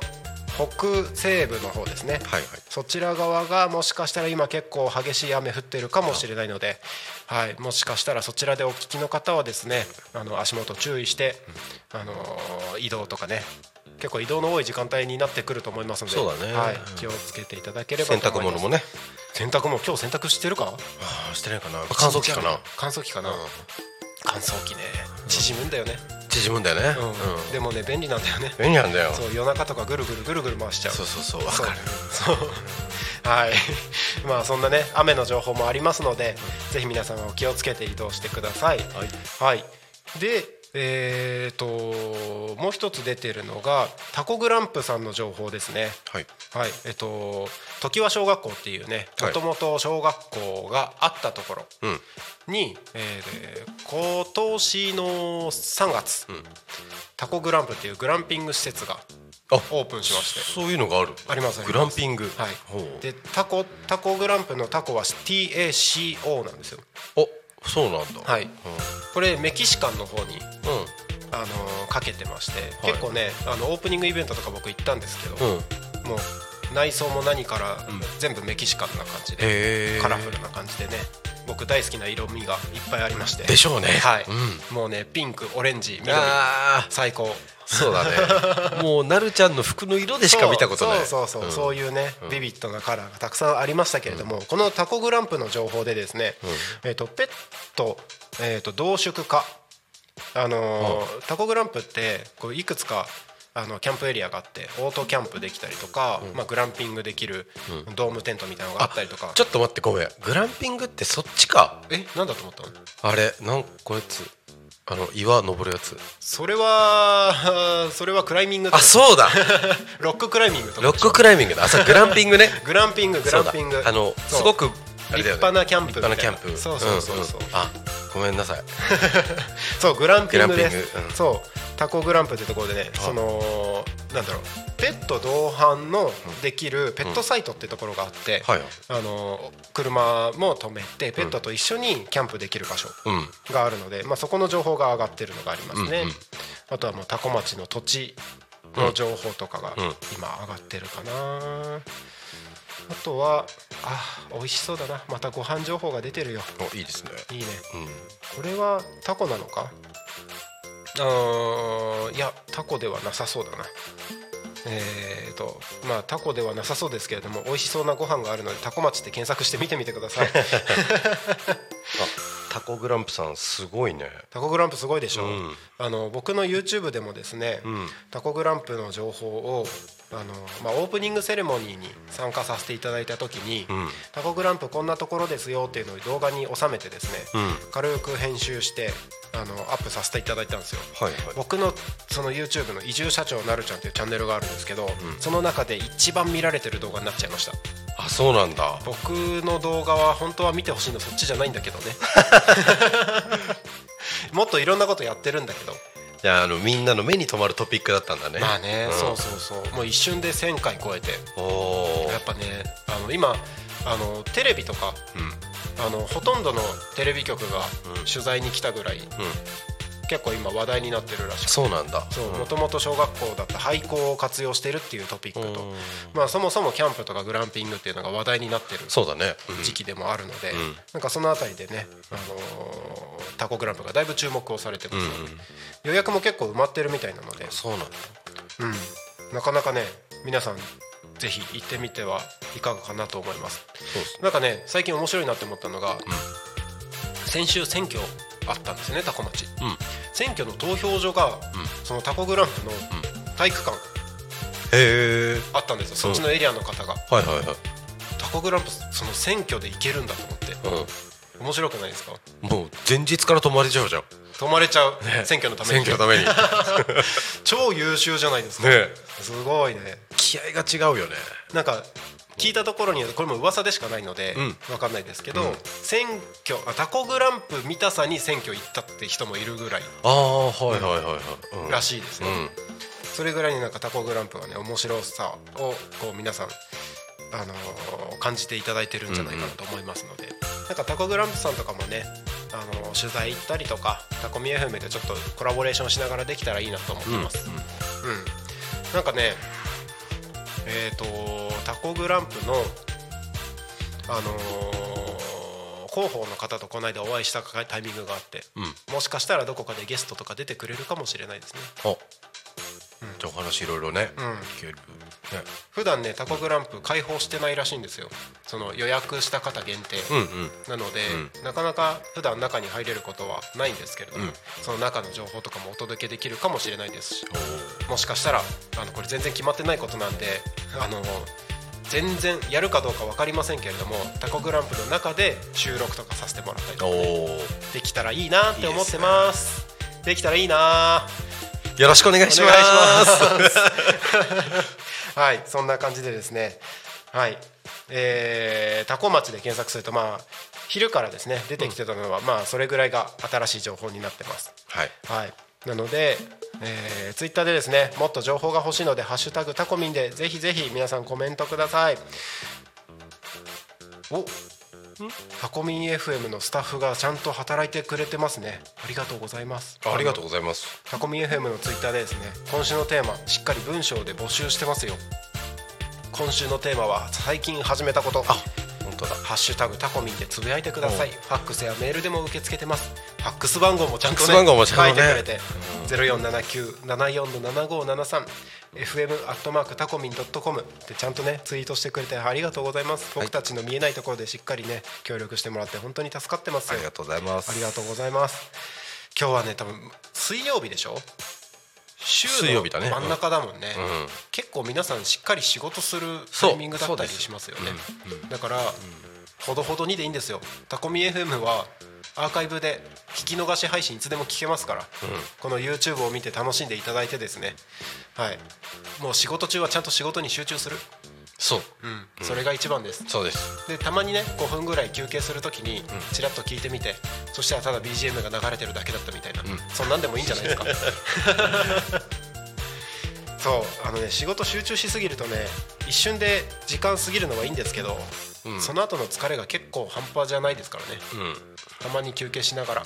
A: 北西部の方ですね、
B: はいはい
A: そちら側がもしかしたら今結構激しい雨降ってるかもしれないので、はい、もしかしたらそちらでお聞きの方はですねあの足元注意して、あのー移動とかね結構移動の多い時間帯になってくると思いますので
B: そうだね
A: はい
B: うん、
A: 気をつけていただければ
B: 洗
A: と思
B: 濯
A: います
B: 物もね
A: 洗濯物今日洗濯してるか
B: ああしてないかな乾燥機かな
A: 乾燥機かな、乾燥機ね縮むんだよね、
B: 縮むんだよね
A: うん
B: うん
A: でもね便利なんだよね
B: 便利なんだよ
A: そう夜中とかぐるぐるぐるぐる回しちゃう
B: そうそうそうわかる
A: そうはいまあそんなね雨の情報もありますので、ぜひ皆さんはお気をつけて移動してください
B: はい
A: はい、でえー、ともう一つ出てるのがタコグランプさんの情報ですね
B: はい
A: はいえっと常盤小学校っていうね
B: は
A: も
B: い
A: ともと小学校があったところ
B: うん
A: に、えー今年の3月、
B: ん
A: タコグランプっていうグランピング施設が
B: あ
A: オープンしまして
B: そういうのがある
A: ありますあります
B: グランピング
A: はい
B: ほう、
A: でタコタコグランプのタコは TACO なんですよ
B: あそうなんだ
A: はいこれメキシカンの方に、
B: うん
A: あのーかけてまして、
B: はい
A: 結構ねあのオープニングイベントとか僕行ったんですけど、
B: うんうんへ
A: もう内装も何から、全部メキシカンな感じで
B: え
A: カラフルな感じでね僕大好きな色味がいっぱいありまして
B: でしょうね
A: はい、
B: うん
A: もうねピンクオレンジ緑
B: あ
A: 最高
B: ーそうだ ねもうなるちゃんの服の色でしか見たことない
A: そうそうそうそう,、そういうねビビッドなカラーがたくさんありましたけれども、このタコグランプの情報でですね、えっとペット、えっと同縮化あのータコグランプってこういくつかあのキャンプエリアがあってオートキャンプできたりとか、まあ、グランピングできるドームテントみたいなのがあったりとか、
B: ちょっと待ってごめんグランピングってそっちか
A: えなんだと思ったの
B: あれなんこやつあの岩登るやつ
A: それは それはクライミング
B: あそう だ
A: ロッククライミングとか
B: ロッククライミングだあそうグランピングね
A: グランピンググランピング
B: そうだあの
A: そう
B: すごくあれだよね
A: 立派なキャンプみ
B: 立
A: たいな
B: 派なキャンプ
A: そうそうそうそう、
B: んんあごめんなさい
A: そうグランピングです
B: グランピングうん
A: そうタコグランプってところでね
B: あ
A: そのなんだろうペット同伴のできるペットサイトってところがあって、
B: はい
A: あの車も止めてペットと一緒にキャンプできる場所
B: うん
A: があるので、まあ、そこの情報が上がってるのがありますね、
B: うんうん
A: あとはもうタコ町の土地の情報とかが
B: うん
A: 今上がってるかな、あとはあ美味しそうだなまたご飯情報が出てるよ
B: おいいですね
A: いいね
B: うん
A: これはタコなのかあーいやタコではなさそうだなえーとまあタコではなさそうですけれども美味しそうなご飯があるのでタコ町って検索して見てみてくださ い
B: あタコグランプさんすごいね
A: タコグランプすごいでしょ、
B: うん
A: あの僕の YouTube でもですね、
B: うん
A: タコグランプの情報をあの、まあ、オープニングセレモニーに参加させていただいた時に、
B: うん
A: タコグランプこんなところですよっていうのを動画に収めてですね、
B: うん
A: 軽く編集してあのアップさせていただいたんですよ。
B: はいはい
A: 僕のその YouTube の移住社長なるちゃんっていうチャンネルがあるんですけど、その中で一番見られてる動画になっちゃいました
B: あそうなんだ
A: 僕の動画は本当は見てほしいのそっちじゃないんだ けどねもっといろんなことやってるんだけど
B: じゃああのみんなの目に留まるトピックだったんだね
A: まあね、
B: ん
A: そうそうそうもう一瞬で1000回超えて
B: おお
A: やっぱねあの今あのテレビとか
B: うん
A: あのほとんどのテレビ局が
B: うん
A: 取材に来たぐらい、
B: うん
A: 結構今話題になってるらしくて
B: そうなんだ
A: そうもともと小学校だった廃校を活用してるっていうトピックと
B: うん、
A: まあ、そもそもキャンプとかグランピングっていうのが話題になってる
B: そうだねうん
A: 時期でもあるので、
B: ん
A: なんかそのあたりでね、あのータコグランプがだいぶ注目をされてますので、予約も結構埋まってるみたいなので、
B: そうなんだ
A: うん、なかなかね皆さんぜひ行ってみてはいかがかなと思います
B: そうですね
A: なんかね最近面白いなって思ったのが、先週選挙あったんですよねタコ町
B: うん
A: 選挙の投票所が、そのタコグランプの体育館
B: へえ
A: あったんですよ、そっちのエリアの方が
B: はいはいはい
A: タコグランプその選挙で行けるんだと思って面白くないですか
B: うんもう前日から泊まれちゃうじゃん
A: 泊まれちゃう、選挙のため
B: 選
A: に
B: 挙のためにね
A: 超優秀じゃないですか、
B: え
A: すごいね
B: 気合が違うよね
A: なんか聞いたところによるとこれも噂でしかないので、
B: うん
A: わかんないですけど、
B: うん
A: 選挙あタコグランプ見たさに選挙行ったって人もいるぐらい
B: ああはいはいはいはい、うん
A: らしいですね、
B: うん
A: それぐらいになんかタコグランプはね面白さをこう皆さん、あのー感じていただいてるんじゃないかなと思いますので、なんかタコグランプさんとかもね、あのー取材行ったりとかタコミ FM でちょっとコラボレーションしながらできたらいいなと思ってます、うんなんかねえっ、とタコグランプのあのー広報の方とこの間お会いしたタイミングがあって、
B: う
A: もしかしたらどこかでゲストとか出てくれるかもしれないですね
B: あ、じゃあお話いろいろ
A: ん
B: ね、聞けるね
A: 普段ねタコグランプ開放してないらしいんですよその予約した方限定、
B: うんうん
A: なので、なかなか普段中に入れることはないんですけれども、
B: うん
A: その中の情報とかもお届けできるかもしれないですしもしかしたらあのこれ全然決まってないことなんであの全然やるかどうか分かりませんけれどもタコグランプの中で収録とかさせてもらったりとか
B: お
A: できたらいいなって思ってますできたらいいな
B: およろしくお願いし
A: お
B: ます
A: 願いします。はい、そんな感じでですね。はい、えー、タコ町で検索するとまあ昼からですね出てきてたのは、まあそれぐらいが新しい情報になってます。
B: はい
A: はい。なので、えー、ツイッターでですね、もっと情報が欲しいのでハッシュタグタコミンでぜひぜひ皆さんコメントください。お。タコミン FM のスタッフがちゃんと働いてくれてますねありがとうございます
B: あありがとうございます
A: タコミ FM のツイッターでですね今週のテーマしっかり文章で募集してますよ今週のテーマは最近始めたことあ
B: 本当だ
A: ハッシュタグタコミンでつぶやいてください
B: おう
A: ファックスやメールでも受け付けてますファックス番号もちゃんと、ね、
B: ファックス番号もちゃんとね
A: 書いてくれて0479747573 FM アットマークタコミンドットコムでちゃんとねツイートしてくれてありがとうございます
B: い
A: 僕たちの見えないところでしっかりね協力してもらって本当に助かってます
B: あ
A: よ
B: りがとうございます
A: ありがとうございます。今日はね、多分水曜日でしょ。週
B: 水
A: の
B: 曜日だね
A: 真ん中だもんね
B: んうん。
A: 結構皆さんしっかり仕事するタ
B: そう
A: イミングだったりしますよね。だからほどほどにでいいんですよ。タコミ FM はアーカイブで聞き逃し配信いつでも聞けますから、この YouTube を見て楽しんでいただいてですね。はい。もう仕事中はちゃんと仕事に集中する。
B: そう
A: うん、それが一番です
B: そうです
A: でたまにね5分ぐらい休憩するときにちらっと聞いてみて、そしたらただ BGM が流れてるだけだったみたいな、そんなんでもいいんじゃない ですかそうあのね仕事集中しすぎるとね一瞬で時間過ぎるのはいいんですけど、
B: うん
A: その後の疲れが結構半端じゃないですからね
B: うん
A: たまに休憩しながら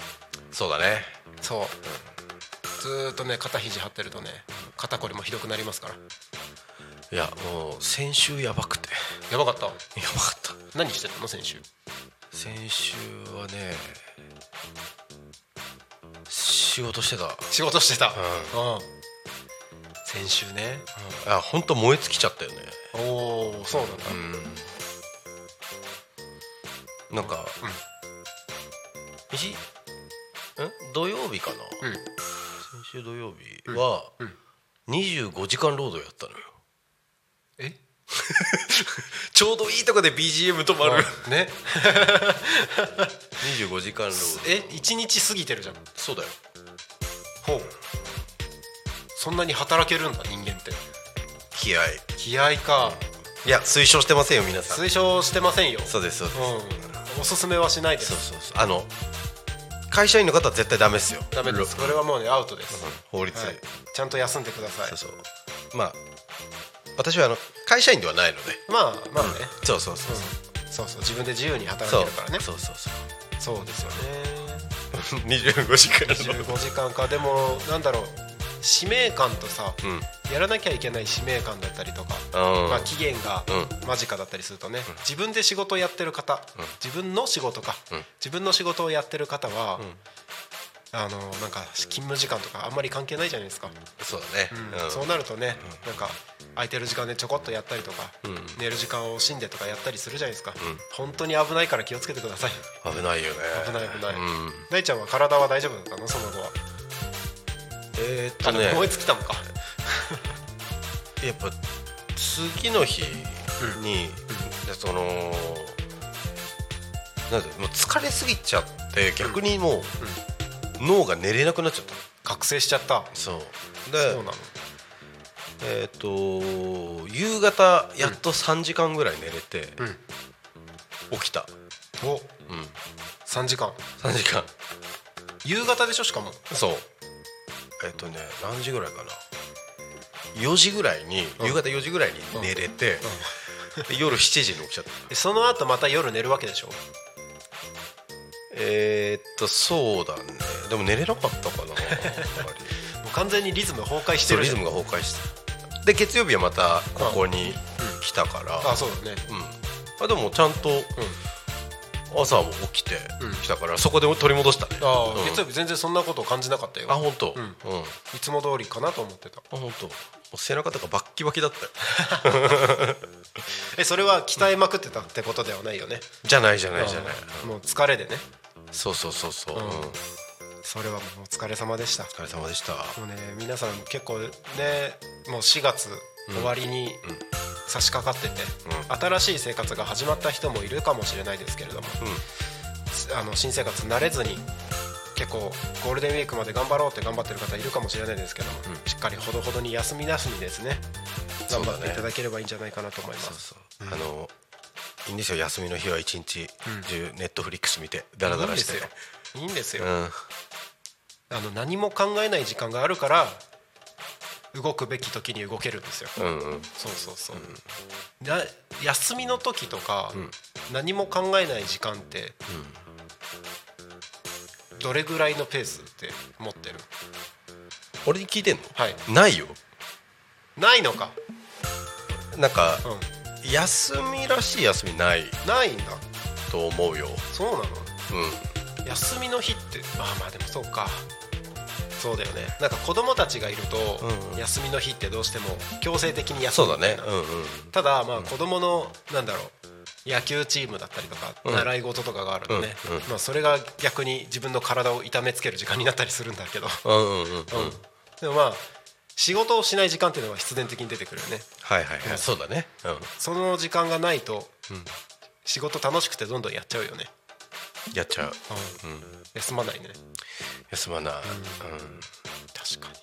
B: そうだね
A: そう、ずーっとね肩肘張ってるとね肩こりもひどくなりますから
B: いやもう先週やばくて
A: やばかった
B: やばかった
A: 何してたの先週
B: 先週はね仕事してた
A: 仕事してた、うん先週ね、
B: あ本当燃え尽きちゃったよね
A: おおそうなんだ、
B: なんか、いしん土曜日かな、
A: うん
B: 先週土曜日は、25時間労働やったのよ
A: え
B: ちょうどいいとこで BGM 止まる
A: ね
B: 25時間労働
A: え一日過ぎてるじゃん
B: そうだよ
A: ほうそんなに働けるんだ人間って
B: 気合い
A: 気合か
B: いや推奨してませんよ皆さん
A: 推奨してませんよ
B: そうですそうです、
A: うんおすすめはしないで
B: そう
A: す
B: そうそうあの会社員の方は絶対ダメですよ
A: ダメですこれはもうねアウトです、
B: 法律、
A: はい、ちゃんと休んでください
B: そうそうまあ私はあの会社員ではないので
A: まあまあね、
B: そうそうそう
A: うんそうそう自分で自由に働
B: そう
A: けるからね
B: そうそうそう
A: そうですよね
B: 25時間
A: 15時間かでもなんだろう使命感とさ、
B: うん
A: やらなきゃいけない使命感だったりとか、
B: うん
A: まあ、期限が
B: う
A: 間近だったりするとね、自分で仕事をやってる方、自分の仕事か、
B: ん
A: 自分の仕事をやってる方は、あのなんか勤務時間とかあんまり関係ないじゃないですか、
B: そうだね
A: うんそうなるとね、なんか空いてる時間でちょこっとやったりとか、
B: ん
A: 寝る時間を惜しんでとかやったりするじゃないですか、本当に危ないから気をつけてください
B: うん危ないよね
A: 危ない危ない、
B: うん
A: 大ちゃんは体は大丈夫だったのその後は
B: えーっ
A: あ
B: と
A: の
B: ね
A: 燃え尽きたのか
B: やっぱ次の日に、でそのなんでもう疲れすぎちゃって逆にもう、脳が寝れなくなっちゃった
A: 覚醒しちゃった
B: そうで
A: そうなの
B: えーっ、と夕方やっと3時間ぐらい寝れて、起きた、
A: お
B: うん、
A: 3時間
B: 3時間
A: 夕方でしょしかも
B: そうえっとね何時ぐらいかな4時ぐらいに、
A: うん
B: 夕方4時ぐらいに寝れて、で夜7時に起きちゃった
A: えその後また夜寝るわけでしょ
B: えー、っとそうだねでも寝れなかったかなやっ ぱり
A: もう完全にリズム崩壊して
B: そう
A: る
B: リ
A: じゃ
B: ズ
A: ん
B: ムが崩壊したで月曜日はまたここに来たから、
A: あそうだね
B: うんあでもちゃんと朝も起きてきたから、そこで取り戻したね
A: ああ、
B: うん
A: 月曜日全然そんなことを感じなかったよ
B: あ本当
A: うん
B: うん、あ
A: いつも通りかなと思ってた
B: 本当もう背中とかバッキバキだったよ
A: えそれは鍛えまくってたってことではないよね、
B: じゃないじゃないじゃない
A: ああもう疲れでね
B: そうそうそうそ
A: ん
B: う、うんお
A: それはもうお疲れ様でした
B: 疲れ様でした
A: もうね皆さん結構ねもう4月終わりに差し掛かってて、新しい生活が始まった人もいるかもしれないですけれども、あの新生活慣れずに結構ゴールデンウィークまで頑張ろうって頑張ってる方いるかもしれないですけども、しっかりほどほどに休みなしにですね
B: そ
A: 頑
B: うだ
A: 張
B: ね
A: っていただければいいんじゃないかなと思いま
B: そう
A: す。
B: そう、あのいいんですよ休みの日は一日中ネットフリックス見てダラダラして
A: いいんですよいいんですよ、
B: うん
A: あの何も考えない時間があるから動くべき時に動けるんですよ、
B: うんうん
A: そうそうそう、な休みの時とか、何も考えない時間って、どれぐらいのペースって持ってる
B: 俺に聞いてんの、
A: はい
B: ないよ
A: ないのか、
B: なんか、
A: う
B: 休みらしい休みない
A: ん、ないんだ
B: と思うよ
A: そうなの
B: う
A: 休みの日ってまあまあでもそうかそうだよねなんか子供たちがいると、
B: うんうん
A: 休みの日ってどうしても強制的に
B: ん
A: 休
B: そ
A: む
B: うだね
A: みたいな
B: うんうん
A: ただまあ子供のなんだろう野球チームだったりとか
B: うん
A: 習い事とかがあるとね
B: うんうん
A: まあそれが逆に自分の体を痛めつける時間になったりするんだけど
B: うんうんうんうん
A: でもまあ仕事をしない時間っていうのは必然的に出てくるよね
B: はいはいはい、
A: うん
B: そうだねうん
A: その時間がないと仕事楽しくてどんどんやっちゃうよね
B: やっちゃう
A: 休まないね
B: 休まない、うん
A: 確かに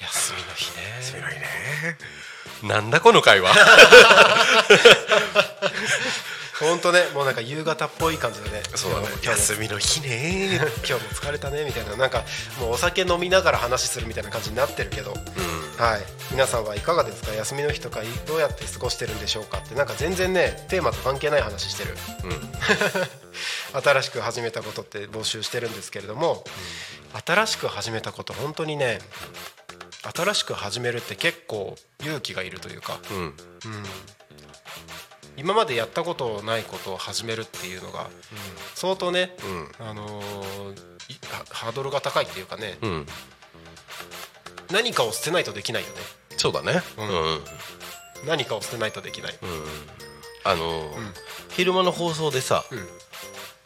A: 休みの日ね
B: いねなんだこの 会話
A: 本当ねもうなんか夕方っぽい感じでね
B: そうだね
A: 今日も
B: 休みの日ね
A: 今日も疲れたねみたいななんかもうお酒飲みながら話するみたいな感じになってるけど、はい皆さんはいかがですか休みの日とかどうやって過ごしてるんでしょうかってなんか全然ねテーマと関係ない話してる、 新しく始めたことって募集してるんですけれども、新しく始めたこと本当にね新しく始めるって結構勇気がいるというか
B: うん
A: 今までやったことないことを始めるっていうのが、相当ね、あのーいハハードルが高いっていうかね、
B: うん
A: 何かを捨てないとできないよね
B: そうだねうんん、うん
A: 何かを捨てないとできない、
B: あのー昼間の放送でさ、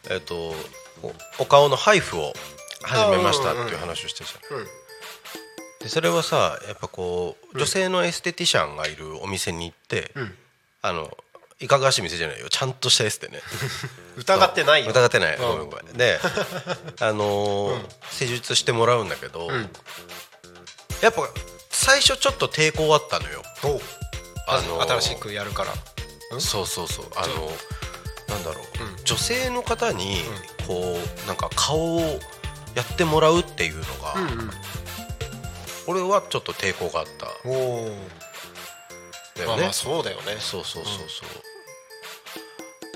A: ん
B: えっ、とおお顔の配布を始めましたっていう話をしてたじゃん
A: うん
B: でそれはさやっぱこう女性のエステティシャンがいるお店に行って、
A: ん
B: あのいかがわしい店じゃないよちゃんとしたエステね
A: 疑ってないよ
B: 疑ってない、
A: うん
B: ごめんごめんであのー施術してもらうんだけど、
A: ん
B: やっぱ最初ちょっと抵抗あったのよ
A: おう
B: あのー
A: 新しくやるから
B: そうそうそうあのなんだろう、女性の方にこうなんか顔をやってもらうっていうのが、俺はちょっと抵抗があったん
A: おお、
B: だ
A: ま
B: よ
A: あ
B: ね、
A: まあそうだよね
B: そうそうそうそ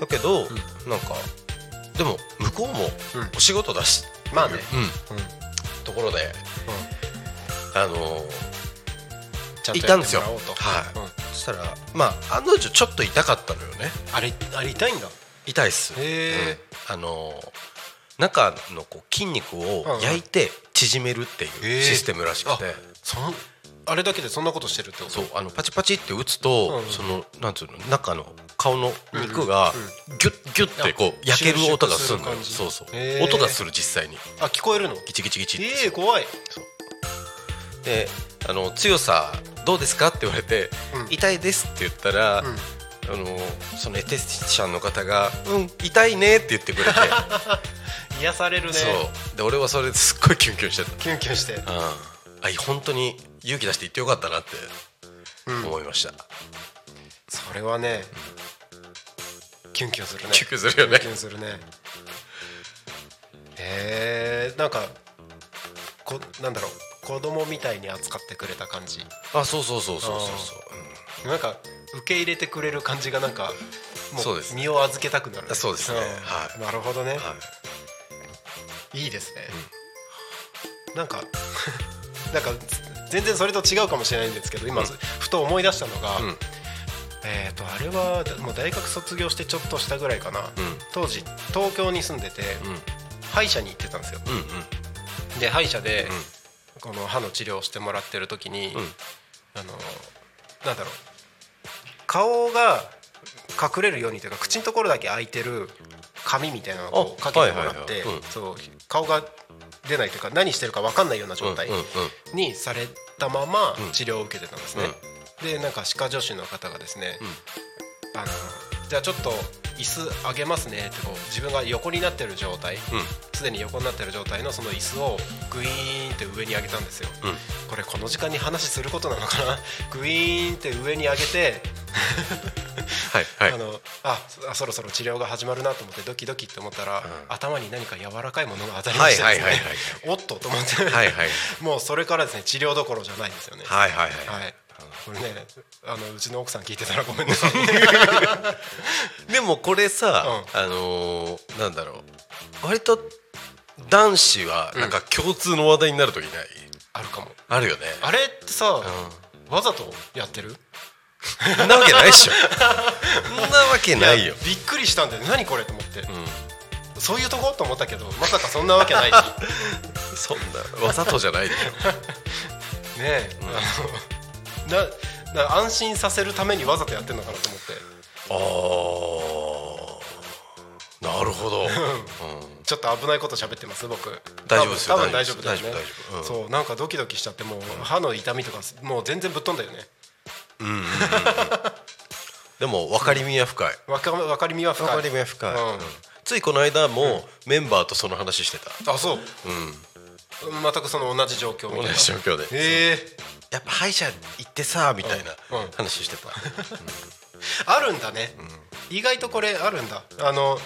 B: う、だけど、なんかでも向こうも
A: うん
B: お仕事だし、
A: まあね
B: うん
A: うん、
B: ところで、あの
A: ちゃ
B: いたんですよ
A: やってもらおう
B: はいそしたらまあ案の定ちょっと痛かったのよね
A: とあれあれ痛いんだ
B: 痛いっす
A: へえ
B: うんあの中のこう筋肉を焼いて縮めるっていうシステムらしくて、
A: そのあれだけでそんなことしてるってこと
B: そうあのパチパチって打つと、
A: うん
B: そのなんつうの中の顔の肉がギュッギュッってこう
A: あ
B: 焼ける音がす
A: 収縮する
B: るの
A: 感じ
B: そうそう
A: へー
B: 音がする実際に
A: あ聞こえるの
B: ギチギチギチって
A: ええ怖い
B: であの強さどうですかって言われて、
A: うん
B: 痛いですって言ったら、
A: ん
B: あのそのエステティシャンの方が「うん痛いね」って言ってくれ て、
A: 癒されるね
B: そうで俺はそれですっごいキュンキュンしてた
A: キュンキュンして
B: ああいや本当に勇気出して言ってよかったなって
A: うん
B: 思いました、
A: それはねキュンキュンするね
B: キュンキュンするよね
A: キュンキュンするねえー、なんかこなんだろう子供みたいに扱ってくれた感じ
B: あそうそうそうそうそうそう、
A: なんか受け入れてくれる感じがなんかも
B: そうです
A: 身を預けたくなる、
B: あそうですね
A: ん
B: はい
A: なるほどね
B: うん、はい
A: いいですね、なんか なんか全然それと違うかもしれないんですけど今、ふと思い出したのが、
B: うん
A: えー、とあれはもう大学卒業してちょっとしたぐらいかな、
B: ん
A: 当時東京に住んでて、歯医者に行ってたんですよ
B: うん
A: で歯医者で、この歯の治療をしてもらってる時に、
B: ん
A: あのなんだろう顔が隠れるようにというか口のところだけ開いてる紙みたいなのをこうか
B: あ
A: けてもらっ
B: はいはい
A: て
B: はいうん
A: そう顔が出ないというか何してるか分かんないような状態
B: うんうん
A: にされたまま
B: うん
A: 治療を受けてたんですね。でなんか歯科助手の方がですね、あのじゃあちょっと椅子上げますねってこう自分が横になってる状態、
B: うん
A: すでに横になってる状態のその椅子をグイーンって上に上げたんですよ、
B: うん
A: これこの時間に話することなのかな グイーンって上に上げて、
B: はいはい
A: あのあそあそろそろ治療が始まるなと思ってドキドキって思ったら、頭に何か柔らかいものが当たりましてですね、
B: はいはいはいはい
A: おっとと思って、
B: はいはい
A: もうそれからですね治療どころじゃないですよね
B: はいはいはい
A: はいこれねあのうちの奥さん聞いてたらごめんな さい
B: でもこれさ、あのーなんだろう割と男子はなんか共通の話題になるときない、
A: あるかも
B: あるよね
A: あれってさ、わざとやってる
B: そんなわけないっしょ そんなわけないよ
A: やびっくりしたんだよね何これと思って、
B: う
A: そういうとこと思ったけどまさかそんなわけ ないし
B: んそんなわざとじゃないでし
A: ね
B: ょ
A: え、あのなな安心させるためにわざとやってんのかなと思って
B: あーなる ほど、うん、
A: ちょっと危ないこと喋ってます僕
B: 大丈夫ですよ
A: 多分多分大丈夫だよね
B: 大丈夫大丈夫うん
A: そうなんかドキドキしちゃってもう歯の痛みとかもう全然ぶっ飛んだよね
B: でも分かりみは深い
A: わかわかりみは深い
B: みは深
A: いうん
B: ついこの間も、メンバーとその話してた
A: あそう、全くその同じ状況みたい
B: 同
A: な
B: じ状況で
A: え
B: やっぱ歯医者行ってさみたいな
A: うんうん
B: 話してた、
A: あるんだね、意外とこれあるんだあの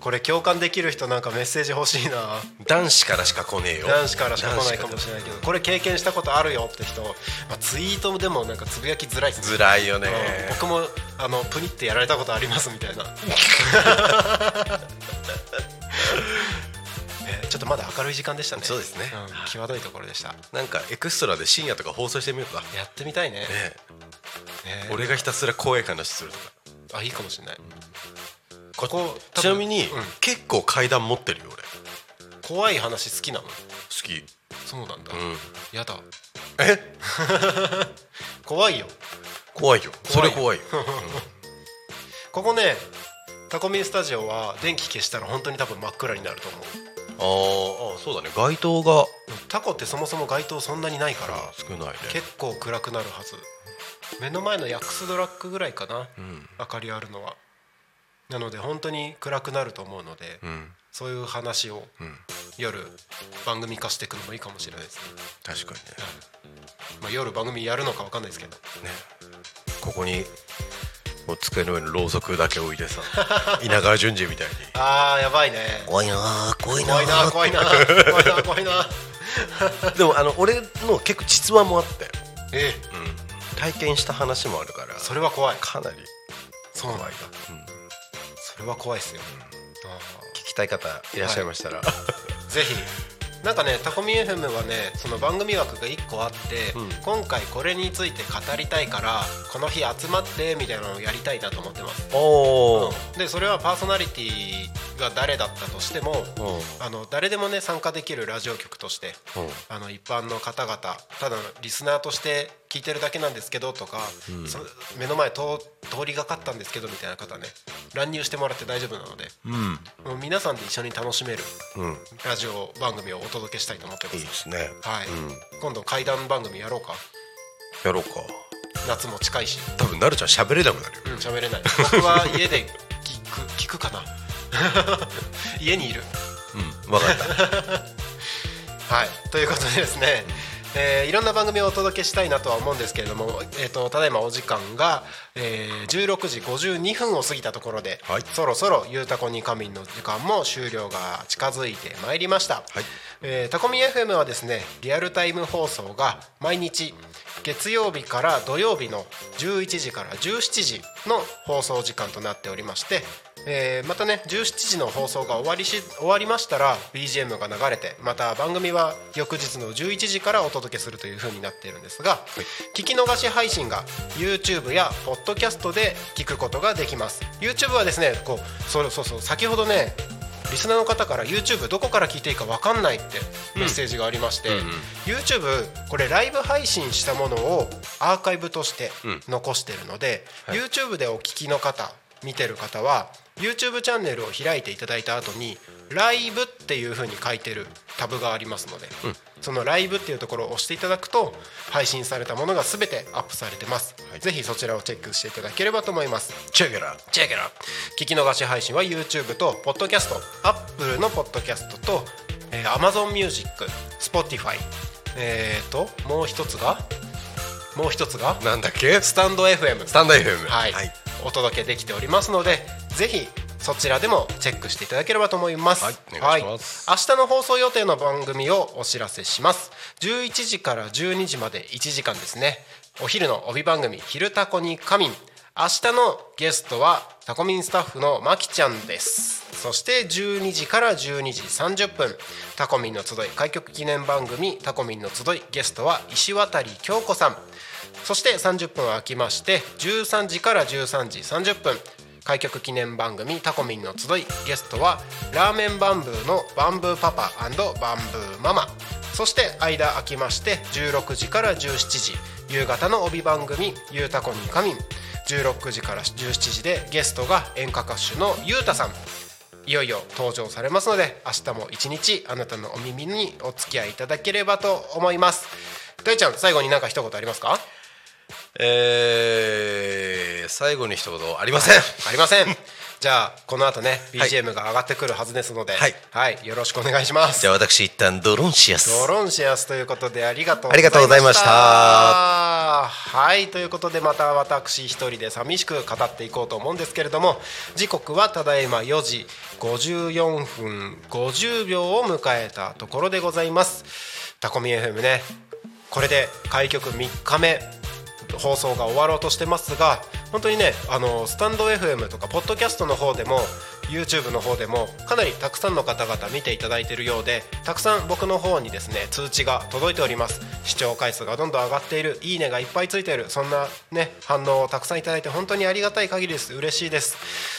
A: これ共感できる人なんかメッセージ欲しいな
B: 男子からしか来ねえよ
A: 男子からしか来ないかもしれないけどこれ経験したことあるよって人、まあ、ツイートでもなんかつぶやきづらいですね
B: ずらいよね
A: うん僕もあのプニってやられたことありますみた いなえちょっとまだ明るい時間でしたね
B: そうですね
A: ん際どいところでした
B: なんかエクストラで深夜とか放送してみようか、ね
A: やってみたいね
B: え
A: ね
B: 俺がひたすら怖い話するとか
A: あいいかもしれないここ多分
B: ちなみに、
A: うん
B: 結構階段持ってるよ俺好
A: 怖い話好きなの
B: き
A: そうなんだ、
B: うん
A: やだ
B: え
A: 怖いよ
B: 怖いよそれ怖いよ
A: ここねタコミンスタジオは電気消したら本当に多分真っ暗になると思う
B: あーあそうだね街灯が
A: タコってそもそも街灯そんなにないから
B: 少ないね
A: 結構暗くなるはず目の前のヤックスドラッグぐらいかな、
B: うん
A: 明かりあるのはなので本当に暗くなると思うので、
B: うん
A: そういう話を
B: うん
A: 夜番組化していくのもいいかもしれないですね、
B: 確かにね
A: まあ、夜番組やるのかわかんないですけど
B: ねここにもう机の上にろうそくだけ置いて さ稲川淳二みたいに
A: あーやばいね
B: 怖いなー怖い
A: 怖いな怖いな怖いな怖いな
B: でもあの俺の結構実話もあって、
A: ええ
B: 体験した話もあるから
A: それは怖い
B: かなり
A: そうなんだ
B: ん
A: それは怖いですよ、あー
B: 聞きたい方いらっしゃいましたら、
A: ぜひなんかねタコミ FM はねその番組枠が1個あって、
B: うん
A: 今回これについて語りたいからこの日集まってみたいなのをやりたいなと思ってます、
B: おお、
A: でそれはパーソナリティが誰だったとしても、
B: うん
A: あの誰でもね参加できるラジオ局として、
B: うん
A: あの一般の方々ただのリスナーとして聞いてるだけなんですけどとか、そ目の前通通りがかったんですけどみたいな方ね乱入してもらって大丈夫なので
B: うん
A: もう皆さんで一緒に楽しめる
B: うん
A: ラジオ番組をお届けしたいと思ってま
B: い
A: す
B: いですね
A: はい、
B: うん
A: 今度怪談番組やろうか
B: やろうか
A: 夏も近いし
B: 多分なるちゃん喋れなくなるよ
A: うん喋れない僕は家で聞く聞くかな 家にいる
B: うん分かった
A: はいということでですね、えーいろんな番組をお届けしたいなとは思うんですけれども、えー、とただいまお時間が、えー16時52分を過ぎたところで、
B: はい
A: そろそろ「ゆうたこに仮眠」の時間も終了が近づいてまいりました、
B: はい
A: えータコミン FM はですねリアルタイム放送が毎日月曜日から土曜日の11時から17時の放送時間となっておりまして、えーまたね17時の放送が終わりし終わりましたら BGM が流れてまた番組は翌日の11時からお届けするというふうになっているんですが、聞き逃し配信が YouTube や Podcast で聞くことができます YouTube はですねこうそうそうそう先ほどねリスナーの方から YouTube どこから聞いていいか分かんないってメッセージがありまして、YouTube これライブ配信したものをアーカイブとして
B: うん
A: 残してるので、YouTube でお聞きの方見てる方は YouTube チャンネルを開いていただいた後に「ライブ」っていう風に書いてるタブがありますので、その「ライブ」っていうところを押していただくと配信されたものが全てアップされてます、
B: はい
A: ぜひそちらをチェックしていただければと思います
B: チェケラ
A: チェケラ聞き逃し配信は YouTube と Podcast Apple の Podcast と、えー、Amazon Music Spotify えー、ともう一つがもう一つが
B: なんだっけ
A: スタンド FM
B: スタンダイフ m
A: はい、お届けできておりますのでぜひそちらでもチェックしていただければと思います、
B: はいお願いします
A: はい明日の放送予定の番組をお知らせします11時から12時まで1時間ですねお昼の帯番組「昼タコに仮眠」明日のゲストはタコミンスタッフのまきちゃんですそして12時から12時30分タコミンの集い開局記念番組「タコミンの集い」ゲストは石渡京子さんそして30分空きまして13時から13時30分開局記念番組「タコミンの集い」ゲストはラーメンバンブーのバンブーパパバンブーママそして間空きまして16時から17時夕方の帯番組「ゆうたこにかみん」16時から17時でゲストが演歌歌手のゆうたさんいよいよ登場されますので明日も一日あなたのお耳にお付き合いいただければと思います大ちゃん最後に何か一言ありますか
B: えー、最後に一言ありません
A: ありません。じゃあこの後ね BGM が上がってくるはずですので、
B: はい
A: はい、よろしくお願いします
B: じゃあ私一旦ドロンシアス
A: ドロンシェアスということでありがとう
B: ありがとうございました
A: はいということでまた私一人で寂しく語っていこうと思うんですけれども時刻はただいま4時54分50秒を迎えたところでございますタコミ FM ねこれで開局3日目放送が終わろうとしてますが本当にねあのスタンド FM とかポッドキャストの方でも YouTube の方でもかなりたくさんの方々見ていただいているようでたくさん僕の方にですね通知が届いております視聴回数がどんどん上がっているいいねがいっぱいついているそんなね反応をたくさんいただいて本当にありがたい限りです嬉しいです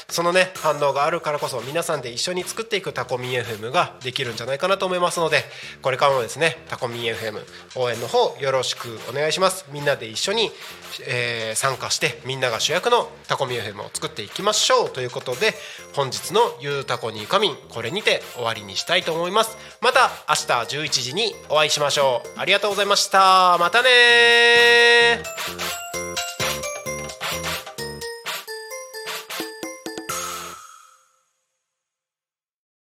A: そのね反応があるからこそ皆さんで一緒に作っていくタコミン FM ができるんじゃないかなと思いますのでこれからもですねタコミン FM 応援の方よろしくお願いしますみんなで一緒に、えー参加してみんなが主役のタコミン FM を作っていきましょうということで本日の「ゆうたこにかみん」これにて終わりにしたいと思いますまた明日11時にお会いしましょうありがとうございましたまたねー